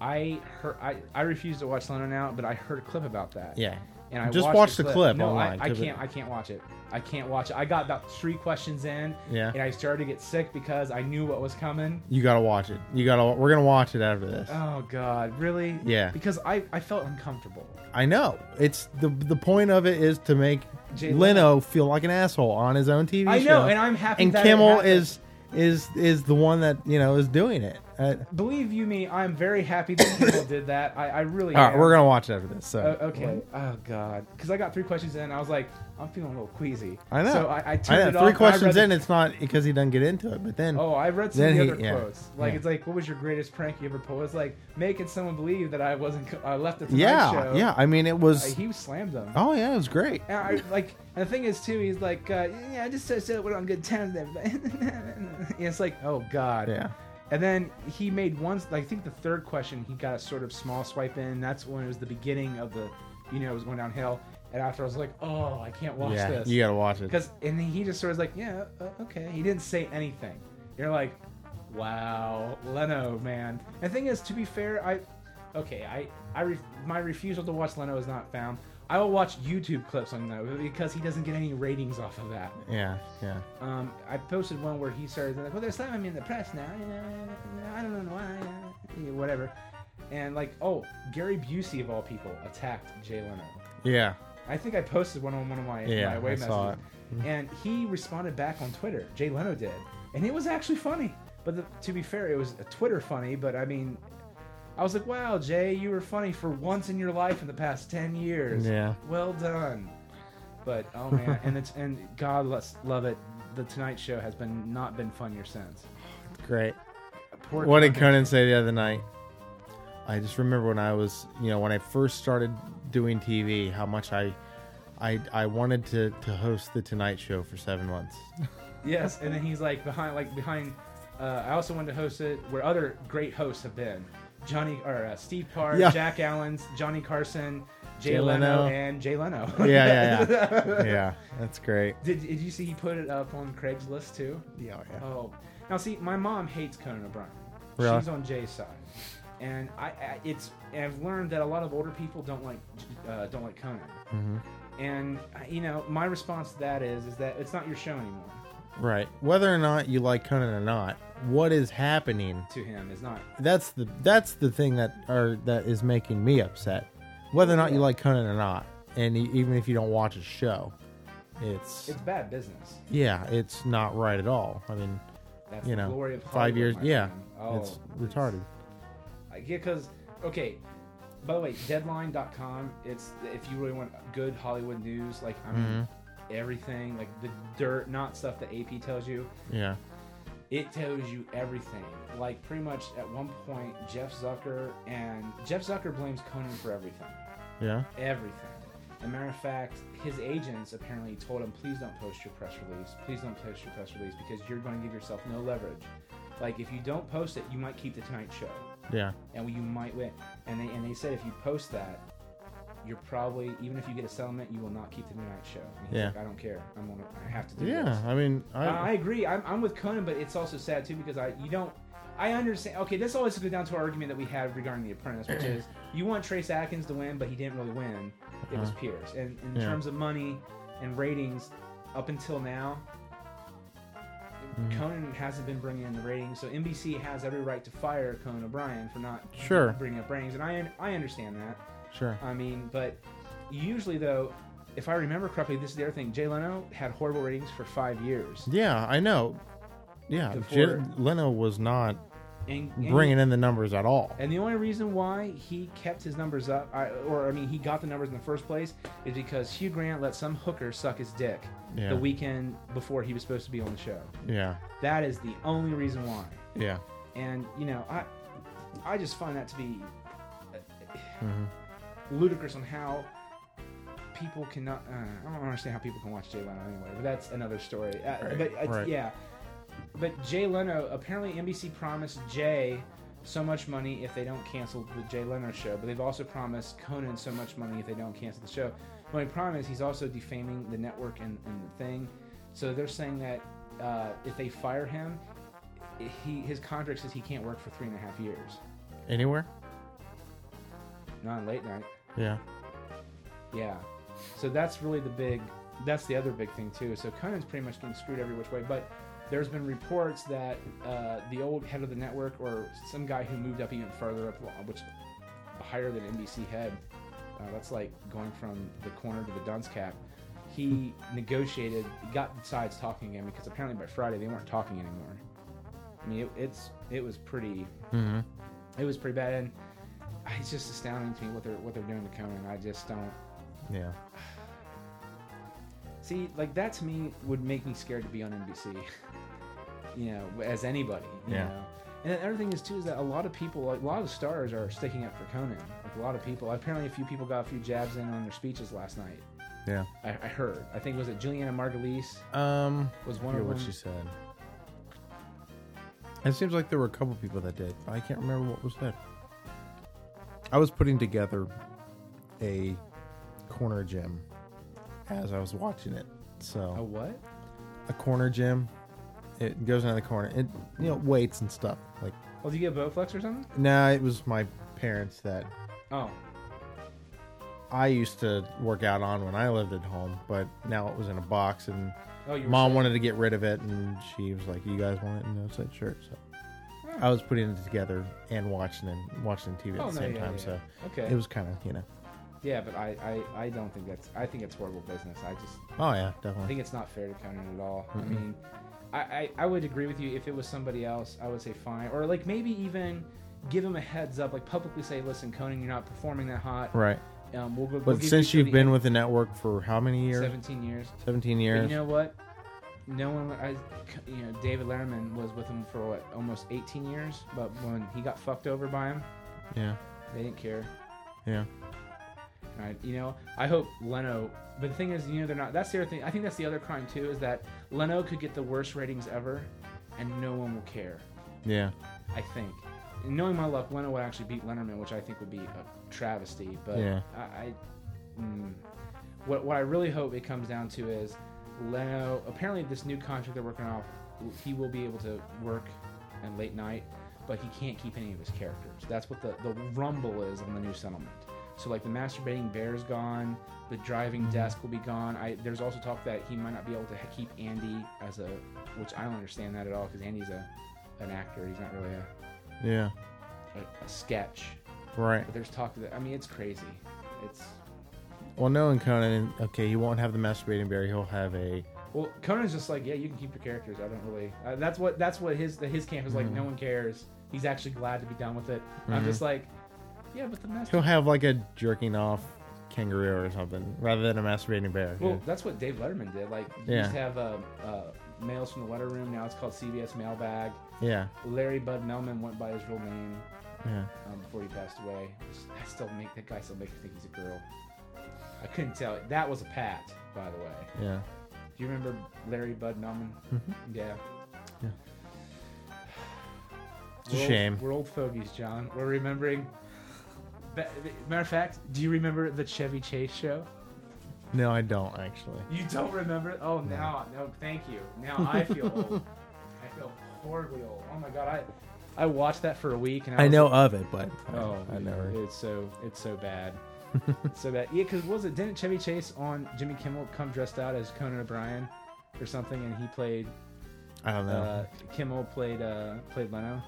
S1: I heard I, I refuse to watch Leno now, but I heard a clip about that.
S2: yeah.
S1: and I
S2: Just
S1: watched
S2: watch the clip
S1: No,
S2: online,
S1: I, I
S2: 'cause it-
S1: can't. I can't watch it. I can't watch it. I got about three questions in,
S2: Yeah.
S1: and I started to get sick because I knew what was coming.
S2: You gotta watch it. You gotta. We're gonna watch it after this.
S1: Oh God, really?
S2: Yeah.
S1: Because I, I felt uncomfortable.
S2: I know. It's the the point of it is to make
S1: Jay
S2: Leno feel like an asshole on his own TV
S1: I
S2: show.
S1: know, and I'm happy
S2: And
S1: that it
S2: Kimmel
S1: happened.
S2: is is is the one that you know is doing it. Uh,
S1: Believe you me, I'm very happy that people did that. I, I really.
S2: all right,
S1: am.
S2: we're gonna watch it after this. So
S1: Uh, okay. Oh God, because I got three questions in, I was like, I'm feeling a little queasy.
S2: I know.
S1: So I, I turned
S2: know.
S1: it off.
S2: Three
S1: and I
S2: questions
S1: read
S2: in,
S1: the-
S2: it's not because he doesn't get into it. But then,
S1: Oh, I read some
S2: Then
S1: of the
S2: he-
S1: other
S2: yeah,
S1: quotes. Like
S2: yeah.
S1: it's like, what was your greatest prank you ever pulled? It's like making someone believe that I wasn't. co- I left the Tonight
S2: yeah,
S1: show.
S2: yeah. I mean, it
S1: Uh,
S2: was.
S1: he slammed them.
S2: oh yeah, it was great.
S1: And I, like, and the thing is too, he's like, uh, yeah, I just said so we're on good terms. and everything." And it's like, oh God.
S2: Yeah.
S1: And then he made one. Like, I think the third question, he got a sort of small swipe in. and That's when it was the beginning of the, you know, it was going downhill. And after I was like, oh, I can't watch
S2: yeah,
S1: this.
S2: you gotta watch it.
S1: Because and he just sort of like, yeah, uh, okay. He didn't say anything. You're like, wow, Leno, man. And the thing is, to be fair, I, okay, I, I, re- my refusal to watch Leno is not found. I will watch YouTube clips on that because he doesn't get any ratings off of that.
S2: Yeah, yeah.
S1: Um, I posted one where he started like, "Well, there's something in the press now. you know, I don't know why, uh, yeah, whatever." And like, oh, Gary Busey of all people attacked Jay Leno.
S2: Yeah.
S1: I think I posted one on one of my,
S2: Yeah,
S1: my away
S2: I saw Mm-hmm.
S1: messages, and he responded back on Twitter. Jay Leno did, and it was actually funny. But the, to be fair, it was a Twitter funny. But I mean, I was like, "Wow, Jay, you were funny for once in your life in the past ten years.
S2: Yeah.
S1: well done." But oh man, and it's and God let's love it. The Tonight Show has been not been funnier since.
S2: Great.
S1: Poor
S2: What did
S1: Conan.
S2: Conan say the other night? I just remember when I was, you know, when I first started doing TV, how much I, I, I wanted to to host the Tonight Show for seven months.
S1: Yes, and then he's like behind, like behind. Uh, I also wanted to host it where other great hosts have been, Johnny or uh, Steve Parr,
S2: Yeah.
S1: Jack Allen's, Johnny Carson, Jay,
S2: Jay
S1: Leno,
S2: Leno.
S1: and Jay Leno.
S2: Yeah, yeah, yeah. yeah, that's great.
S1: Did, did you see he put it up on Craigslist too?
S2: Yeah, yeah.
S1: Oh, now see, my mom hates Conan O'Brien.
S2: Really?
S1: She's on Jay's side, and I, I it's and I've learned that a lot of older people don't like uh, don't like Conan.
S2: Mm-hmm.
S1: And I- you know, my response to that is is that it's not your show anymore.
S2: Right. Whether or not you like Conan or not, what is happening?
S1: To him is not
S2: That's the that's the thing that or that is making me upset. Whether or not you like Conan or not, and e- even if you don't watch a show, it's
S1: It's bad business.
S2: yeah, it's not right at all. I mean,
S1: That's
S2: you
S1: the
S2: know,
S1: glory of Hollywood,
S2: five years.
S1: my
S2: Yeah,
S1: friend. Oh.
S2: it's retarded.
S1: I get because okay. By the way, Deadline.com. It's if you really want good Hollywood news, like I mean,
S2: Mm-hmm.
S1: everything, like the dirt, not stuff that AP tells you.
S2: Yeah,
S1: It tells you everything. Like pretty much at one point, Jeff Zucker and Jeff Zucker blames Conan for everything.
S2: yeah.
S1: everything. As a matter of fact, his agents apparently told him, please don't post your press release. Please don't post your press release because you're going to give yourself no leverage. Like, if you don't post it, you might keep the Tonight Show.
S2: Yeah.
S1: And you might win. And they, and they said if you post that, you're probably, even if you get a settlement, you will not keep the Tonight Show. And he's
S2: Yeah.
S1: like, I don't care. I'm gonna, I have to do this.
S2: Yeah. I mean, I,
S1: I, I agree. I'm, I'm with Conan, but it's also sad too because I you don't. I understand. Okay, this always goes down to our argument that we had regarding The Apprentice, which is you want Trace Atkins to win, but he didn't really win. It was Pierce, and in
S2: Uh-huh. Yeah.
S1: terms of money and ratings, up until now,
S2: Mm-hmm.
S1: Conan hasn't been bringing in the ratings. So NBC has every right to fire Conan O'Brien for not
S2: Sure.
S1: bringing up ratings, and I I understand that.
S2: sure.
S1: I mean, but usually though, if I remember correctly, this is the other thing. Jay Leno had horrible ratings for five years.
S2: yeah, I know. Yeah,
S1: Before-
S2: Jen- Leno was not
S1: and, and-
S2: bringing in the numbers at all.
S1: And the only reason why he kept his numbers up, I, or I mean, he got the numbers in the first place, is because Hugh Grant let some hooker suck his dick
S2: Yeah.
S1: the weekend before he was supposed to be on the show.
S2: Yeah,
S1: That is the only reason why.
S2: yeah.
S1: And you know, I, I just find that to be uh,
S2: Mm-hmm.
S1: ludicrous on how people cannot. Uh, I don't understand how people can watch Jay Leno anyway, but that's another story. Uh,
S2: Right,
S1: but it's,
S2: right.
S1: yeah, but Jay Leno apparently NBC promised Jay so much money if they don't cancel the Jay Leno show, but they've also promised Conan so much money if they don't cancel the show. The only problem is he's also defaming the network and, and the thing, so they're saying that uh, if they fire him, he his contract says he can't work for three and a half years,
S2: Anywhere?
S1: not on late night.
S2: Yeah.
S1: Yeah. So that's really the big. That's the other big thing too. So Conan's pretty much getting screwed every which way. But there's been reports that uh, the old head of the network, or some guy who moved up even further up, uh, which higher than NBC head, uh, that's like going from the corner to the dunce cap. He negotiated, got the sides talking again because apparently by Friday they weren't talking anymore. I mean, it, it's it was pretty. It was pretty bad, and it's just astounding to me what they're what they're doing to Conan. I just don't
S2: Yeah.
S1: see like that to me would make me scared to be on NBC. you know, as anybody. You
S2: Yeah.
S1: Know? And the other thing is too is that a lot of people, like, a lot of stars, are sticking up for Conan. Like a lot of people. Apparently, a few people got a few jabs in on their speeches last night.
S2: Yeah.
S1: I, I heard. I think was it Juliana Margulies
S2: Um,
S1: was
S2: I
S1: one
S2: hear
S1: of
S2: what
S1: them.
S2: she said. It seems like there were a couple people that did. but I can't remember what was said. I was putting together a corner gym as I was watching it.
S1: A
S2: So
S1: what?
S2: a corner gym, it goes into the corner. It you know weights and stuff. Like
S1: Oh, did you get Bowflex or something?
S2: nah, it was my parents that
S1: Oh,
S2: I used to work out on when I lived at home, but now it was in a box and
S1: Oh, you were
S2: mom
S1: saying-
S2: wanted to get rid of it and she was like, You guys want it? And I was like, Sure. So I was putting it together and watching and watching TV at
S1: Oh, no,
S2: the same
S1: yeah,
S2: time.
S1: yeah,
S2: So
S1: yeah. Okay.
S2: it was kind of, you know,
S1: yeah, but I, I, I don't think that's. I think it's horrible business. I just
S2: oh yeah,
S1: I
S2: definitely.
S1: think it's not fair to Conan at all.
S2: Mm-hmm.
S1: I mean, I, I, I would agree with you if it was somebody else. I would say fine, or like maybe even give him a heads up, like publicly say, listen, Conan, you're not performing that hot.
S2: Right.
S1: Um, we'll go. we'll
S2: But
S1: give you
S2: since
S1: till
S2: you've
S1: the uh,
S2: been
S1: end-
S2: with the network for how many years?
S1: 17 years,
S2: 17
S1: But
S2: years.
S1: you know what? No one, I, you know, David Letterman was with him for what, almost 18 years. But when he got fucked over by him,
S2: yeah.
S1: they didn't care.
S2: Yeah.
S1: I, you know, I hope Leno. But the thing is, you know, they're not. That's the other thing. I think that's the other crime too is that Leno could get the worst ratings ever, and no one will care.
S2: Yeah.
S1: I think. And knowing my luck, Leno would actually beat Letterman, which I think would be a travesty. But
S2: Yeah.
S1: I, I mm, what what I really hope it comes down to is Leno. Apparently, this new contract they're working off, he will be able to work and late night, but he can't keep any of his characters. That's what the the rumble is on the new settlement. So like the masturbating bear's gone, the driving desk will be gone. I there's also talk that he might not be able to ha- keep Andy as a, which I don't understand that at all because Andy's a an actor. He's not really a
S2: Yeah.
S1: a, a sketch.
S2: Right.
S1: But there's talk that I mean it's crazy. It's
S2: Well, knowing Conan, okay, he won't have the masturbating bear. He'll have a.
S1: well Conan's just like yeah you can keep your characters. I don't really uh, that's what that's what his his camp is like. No one cares. He's actually glad to be done with it. I'm just like yeah, but the master.
S2: He'll have like a jerking off kangaroo or something rather than a masturbating bear.
S1: Well, that's what Dave Letterman did. Like he
S2: Yeah.
S1: used to have uh, uh, mails from the letter room. Now it's called CBS Mailbag.
S2: yeah.
S1: Larry Bud Melman went by his real name
S2: Yeah.
S1: um, before he passed away. I still make that guy still makes me think he's a girl. I couldn't tell. That was a pat, by the way.
S2: Yeah.
S1: Do you remember Larry Bud Melman?
S2: Mm-hmm.
S1: Yeah.
S2: Yeah. It's a
S1: We're old-
S2: shame.
S1: We're old fogies, John. We're remembering. Ba- Matter of fact, do you remember the Chevy Chase show?
S2: No, I don't actually.
S1: You don't remember? it? Oh, now, no, thank you. Now I feel old. I feel horribly old. Oh my god, I, I watched that for a week and I,
S2: I
S1: was
S2: know of it, but
S1: Oh,
S2: I never.
S1: It's so it's so bad. it's so bad. Yeah, because was it didn't Chevy Chase on Jimmy Kimmel come dressed out as Conan O'Brien or something, and he played
S2: I don't know.
S1: uh, Kimmel played uh, played Leno.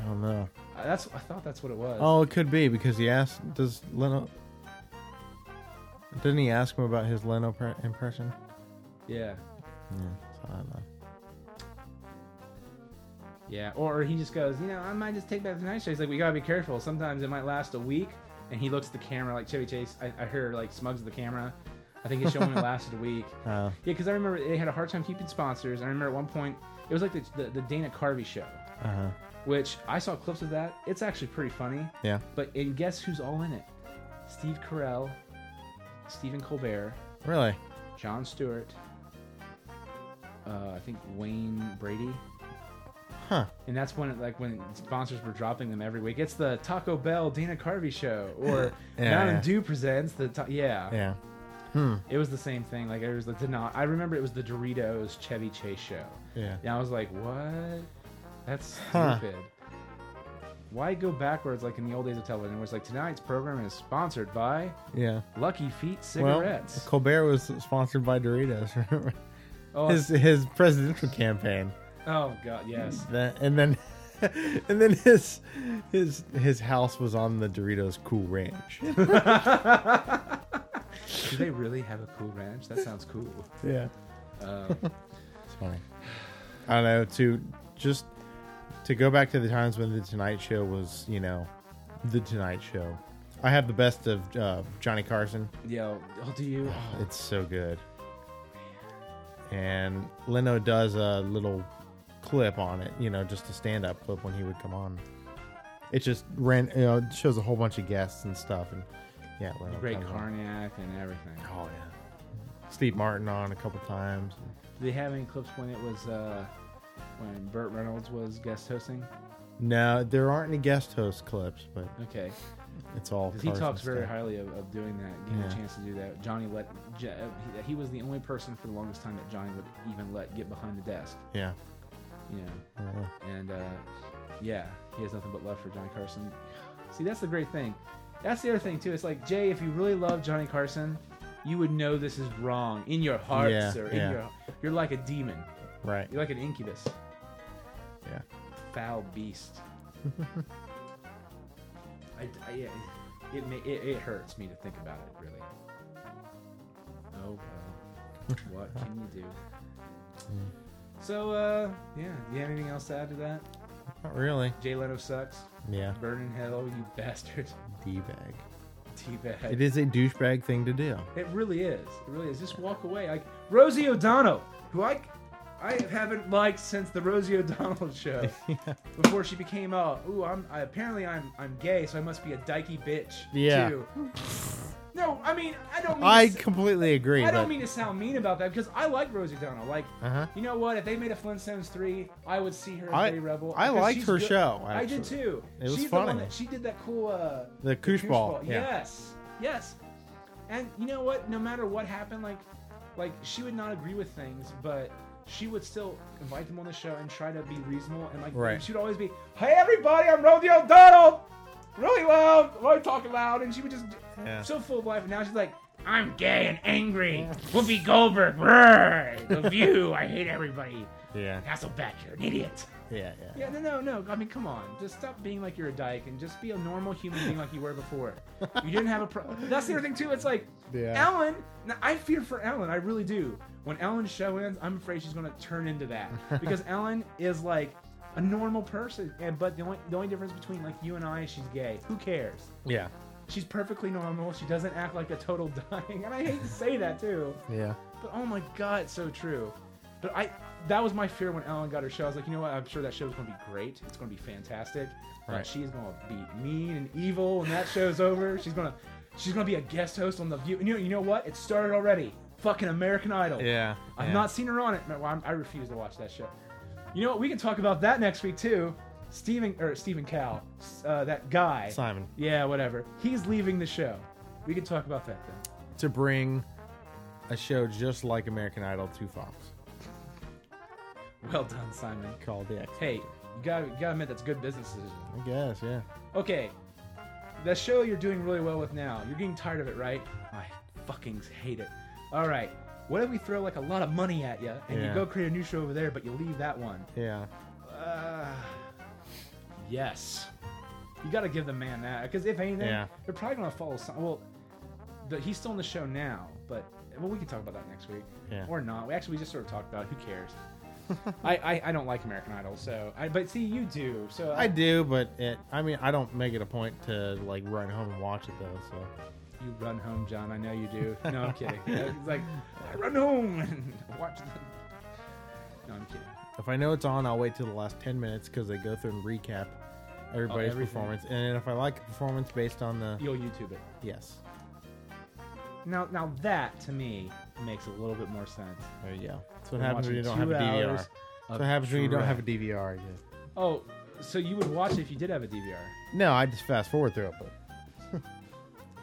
S2: I don't know.
S1: Uh, that's I thought that's what it was.
S2: Oh, it could be because he asked. Does Leno? Didn't he ask him about his Leno pre- impression?
S1: yeah,
S2: Yeah. So I don't know.
S1: yeah. Or, or he just goes, you know, I might just take back the night show. He's like, we gotta be careful. Sometimes it might last a week. And he looks at the camera like Chevy Chase. I, I heard like smugs at the camera. I think his show only lasted a week.
S2: Uh,
S1: Yeah, because I remember they had a hard time keeping sponsors. I remember at one point it was like the the, the Dana Carvey show.
S2: uh-huh.
S1: which I saw clips of that. It's actually pretty funny.
S2: Yeah.
S1: But and guess who's all in it? Steve Carell, Stephen Colbert,
S2: Really?
S1: John Stewart, uh, I think Wayne Brady.
S2: Huh.
S1: And that's when it, like when sponsors were dropping them every week. It's the Taco Bell Dana Carvey show or
S2: Yeah,
S1: Mountain
S2: yeah.
S1: Dew presents the ta- yeah.
S2: Yeah.
S1: It was the same thing. Like it was the Dana- I remember it was the Doritos Chevy Chase show.
S2: Yeah.
S1: And I was like, what? That's
S2: Huh.
S1: stupid. Why go backwards like in the old days of television? Where it's like tonight's program is sponsored by
S2: Yeah.
S1: Lucky Feet
S2: Well,
S1: cigarettes.
S2: Colbert was sponsored by Doritos. Remember
S1: oh,
S2: his his presidential campaign?
S1: oh god, yes.
S2: That, and then and then his his his house was on the Doritos Cool Ranch.
S1: Do they really have a cool ranch? That sounds cool.
S2: yeah.
S1: Um,
S2: It's funny. I don't know. To just to go back to the times when the Tonight Show was, you know, the Tonight Show. I have the best of uh, Johnny Carson.
S1: Yo, oh, do you?
S2: It's so good. And Leno does a little clip on it, you know, just a stand up clip when he would come on. It just ran, you know, it shows a whole bunch of guests and stuff. And yeah, Leno.
S1: Ray
S2: comes on.
S1: Karnak and everything.
S2: Oh, yeah. Steve Martin on a couple times.
S1: Did they have any clips when it was uh, when Burt Reynolds was guest hosting?
S2: No, there aren't any guest host clips, but
S1: Okay,
S2: it's all.
S1: 'Cause he
S2: Carson
S1: talks very
S2: stuff.
S1: highly of, of doing that, getting
S2: Yeah.
S1: a chance to do that. Johnny let J- uh, he, he was the only person for the longest time that Johnny would even let get behind the desk,
S2: Yeah.
S1: you know.
S2: Uh,
S1: And uh, yeah, he has nothing but love for Johnny Carson. See, that's the great thing. That's the other thing too. It's like Jay, if you really love Johnny Carson, you would know this is wrong in your heart,
S2: Yeah,
S1: sir. In
S2: yeah.
S1: your, you're like a demon.
S2: right.
S1: You're like an incubus,
S2: Yeah.
S1: foul beast. I, I, yeah, it, ma- it it hurts me to think about it, really. Oh well, what can you do?
S2: Hmm.
S1: So, uh, yeah, do you have anything else to add to that?
S2: Not really.
S1: Jay Leno sucks.
S2: Yeah.
S1: Burn in hell, you bastard.
S2: D bag.
S1: Teabag.
S2: It is a douchebag thing to do.
S1: It really is. It really is. Just walk away. Like Rosie O'Donnell, who I, I haven't liked since the Rosie O'Donnell show. Before she became a, ooh, I'm I, apparently I'm I'm gay, so I must be a dykey bitch.
S2: Yeah.
S1: Too. No, I mean I don't. Mean to
S2: I
S1: s-
S2: completely agree.
S1: I don't
S2: but
S1: mean to sound mean about that because I like Rosie O'Donnell. Like,
S2: Uh-huh.
S1: you know what? If they made a Flintstones three, I would see her as
S2: I-
S1: Grey Rebel.
S2: I
S1: because
S2: liked
S1: she's
S2: her
S1: good.
S2: show,
S1: I did
S2: actually.
S1: too.
S2: It was
S1: she's The one
S2: funny.
S1: that, she did that cool. Uh,
S2: The koosh ball, yeah.
S1: Yes, yes. And you know what? No matter what happened, like, like she would not agree with things, but she would still invite them on the show and try to be reasonable. And like,
S2: Right.
S1: she would always be, "Hey, everybody, I'm Rosie O'Donnell." Really loud, I'm always talking loud, and she would just
S2: Yeah.
S1: so full of life. And now she's like, I'm gay and angry. Whoopi Goldberg, brr, the view. I hate everybody.
S2: Yeah.
S1: Hasselbeck, you're an idiot.
S2: Yeah.
S1: Yeah,
S2: Yeah.
S1: no, no, no. I mean, come on. Just stop being like you're a dyke and just be a normal human being like you were before. You didn't have a problem. That's the other thing too. It's like
S2: Yeah.
S1: Ellen. Now, I fear for Ellen. I really do. When Ellen's show ends, I'm afraid she's going to turn into that because Ellen is like a normal person. And but the only the only difference between like you and I is she's gay. Who cares?
S2: Yeah.
S1: She's perfectly normal. She doesn't act like a total dying. And I hate to say that too.
S2: Yeah.
S1: But oh my god, it's so true. But I that was my fear when Ellen got her show. I was like, you know what? I'm sure that show's gonna be great. It's gonna be fantastic. Right.
S2: Right.
S1: she's gonna be mean and evil when that show's over. She's gonna she's gonna be a guest host on the View. And you, you know what? It started already. Fucking American Idol.
S2: Yeah,
S1: I've
S2: yeah.
S1: not seen her on it. Well, I'm, I refuse to watch that show. You know what? We can talk about that next week too. Stephen or Stephen Cal, uh, that guy.
S2: Simon.
S1: Yeah, whatever. He's leaving the show. We can talk about that then.
S2: To bring a show just like American Idol to Fox
S1: Well done, Simon.
S2: called The X.
S1: Hey, you gotta, you gotta admit that's good business decision.
S2: I guess. Yeah.
S1: Okay, that show you're doing really well with now, you're getting tired of it, right? I fucking hate it. All right, what if we throw like a lot of money at you and you
S2: Yeah.
S1: go create a new show over there, but you leave that one?
S2: Yeah.
S1: Uh, yes. You gotta give the man that, because if anything,
S2: Yeah.
S1: they're probably gonna follow some. Well, the, he's still on the show now, but well, we can talk about that next week.
S2: Yeah.
S1: Or not. We actually we just sort of talked about it. Who cares? I, I, I don't like American Idol, so I but see you do. So
S2: I do, but it. I mean, I don't make it a point to like run home and watch it though. So.
S1: you run home, John. I know you do. No, I'm kidding. It's like I run home and watch the. No, I'm kidding.
S2: If I know it's on, I'll wait till the last ten minutes because they go through and recap everybody's
S1: everything.
S2: performance. And then if I like a performance based on the
S1: You'll YouTube it.
S2: yes,
S1: Now now that to me makes a little bit more sense.
S2: there you go. That's what
S1: I'm
S2: happens
S1: watching
S2: when you don't
S1: two
S2: have a DVR.
S1: hours
S2: That's
S1: of
S2: what happens when you don't
S1: crap.
S2: have a DVR. I guess.
S1: Oh, so you would watch it if you did have a DVR.
S2: No, I just fast forward through it. But
S1: You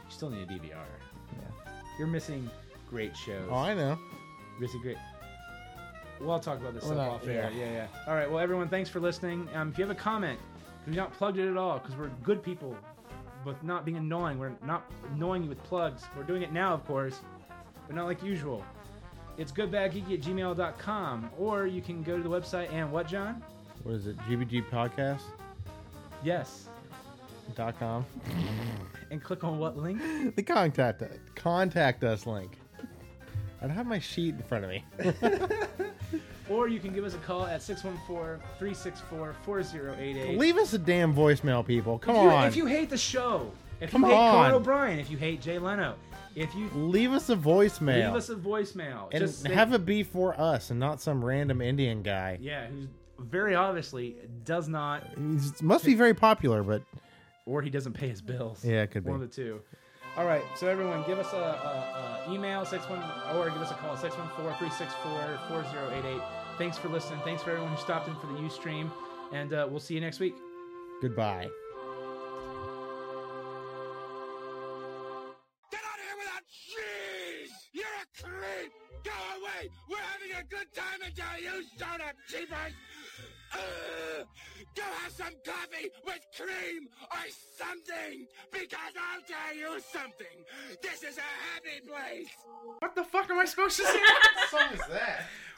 S1: still need a DVR.
S2: yeah.
S1: You're missing great shows.
S2: oh, I know.
S1: Really great. We'll all talk about this
S2: We're
S1: stuff
S2: not-
S1: off air.
S2: yeah.
S1: Yeah. yeah, All right. Well, everyone, thanks for listening. Um, if you have a comment, because we not plugged it at all, because we're good people, but not being annoying. We're not annoying you with plugs. We're doing it now, of course, but not like usual. It's goodbadgeeky at gmail.com, or you can go to the website and what, John?
S2: What is it? GBGpodcast.com.
S1: Yes. And click on what link?
S2: The contact contact us link. I don't have my sheet in front of me.
S1: Or or you can give us a call at 614-364-4088.
S2: Leave us a damn voicemail, people. Come
S1: If you-
S2: on.
S1: If you hate the show, if
S2: Come
S1: you hate
S2: on.
S1: Conan O'Brien, if you hate Jay Leno, if you
S2: Leave us a voicemail.
S1: leave us a voicemail,
S2: and
S1: just say-
S2: have a B for us and not some random Indian guy.
S1: yeah, who very obviously does not,
S2: He's- must be very popular, but
S1: or he doesn't pay his bills.
S2: Yeah, it could be.
S1: one of the two. All right, so everyone, give us a, a, a email six one or give us a call 614-364-4088. Thanks for listening. Thanks for everyone who stopped in for the UStream, and uh, we'll see you next week.
S2: goodbye.
S4: Get out of here with that cheese! You're a creep! Go away! We're having a good time until you start up, cheapers! Ugh! Go have some coffee with cream or something! Because I'll tell you something! This is a happy place!
S1: What the fuck am I supposed to say?
S5: song is that?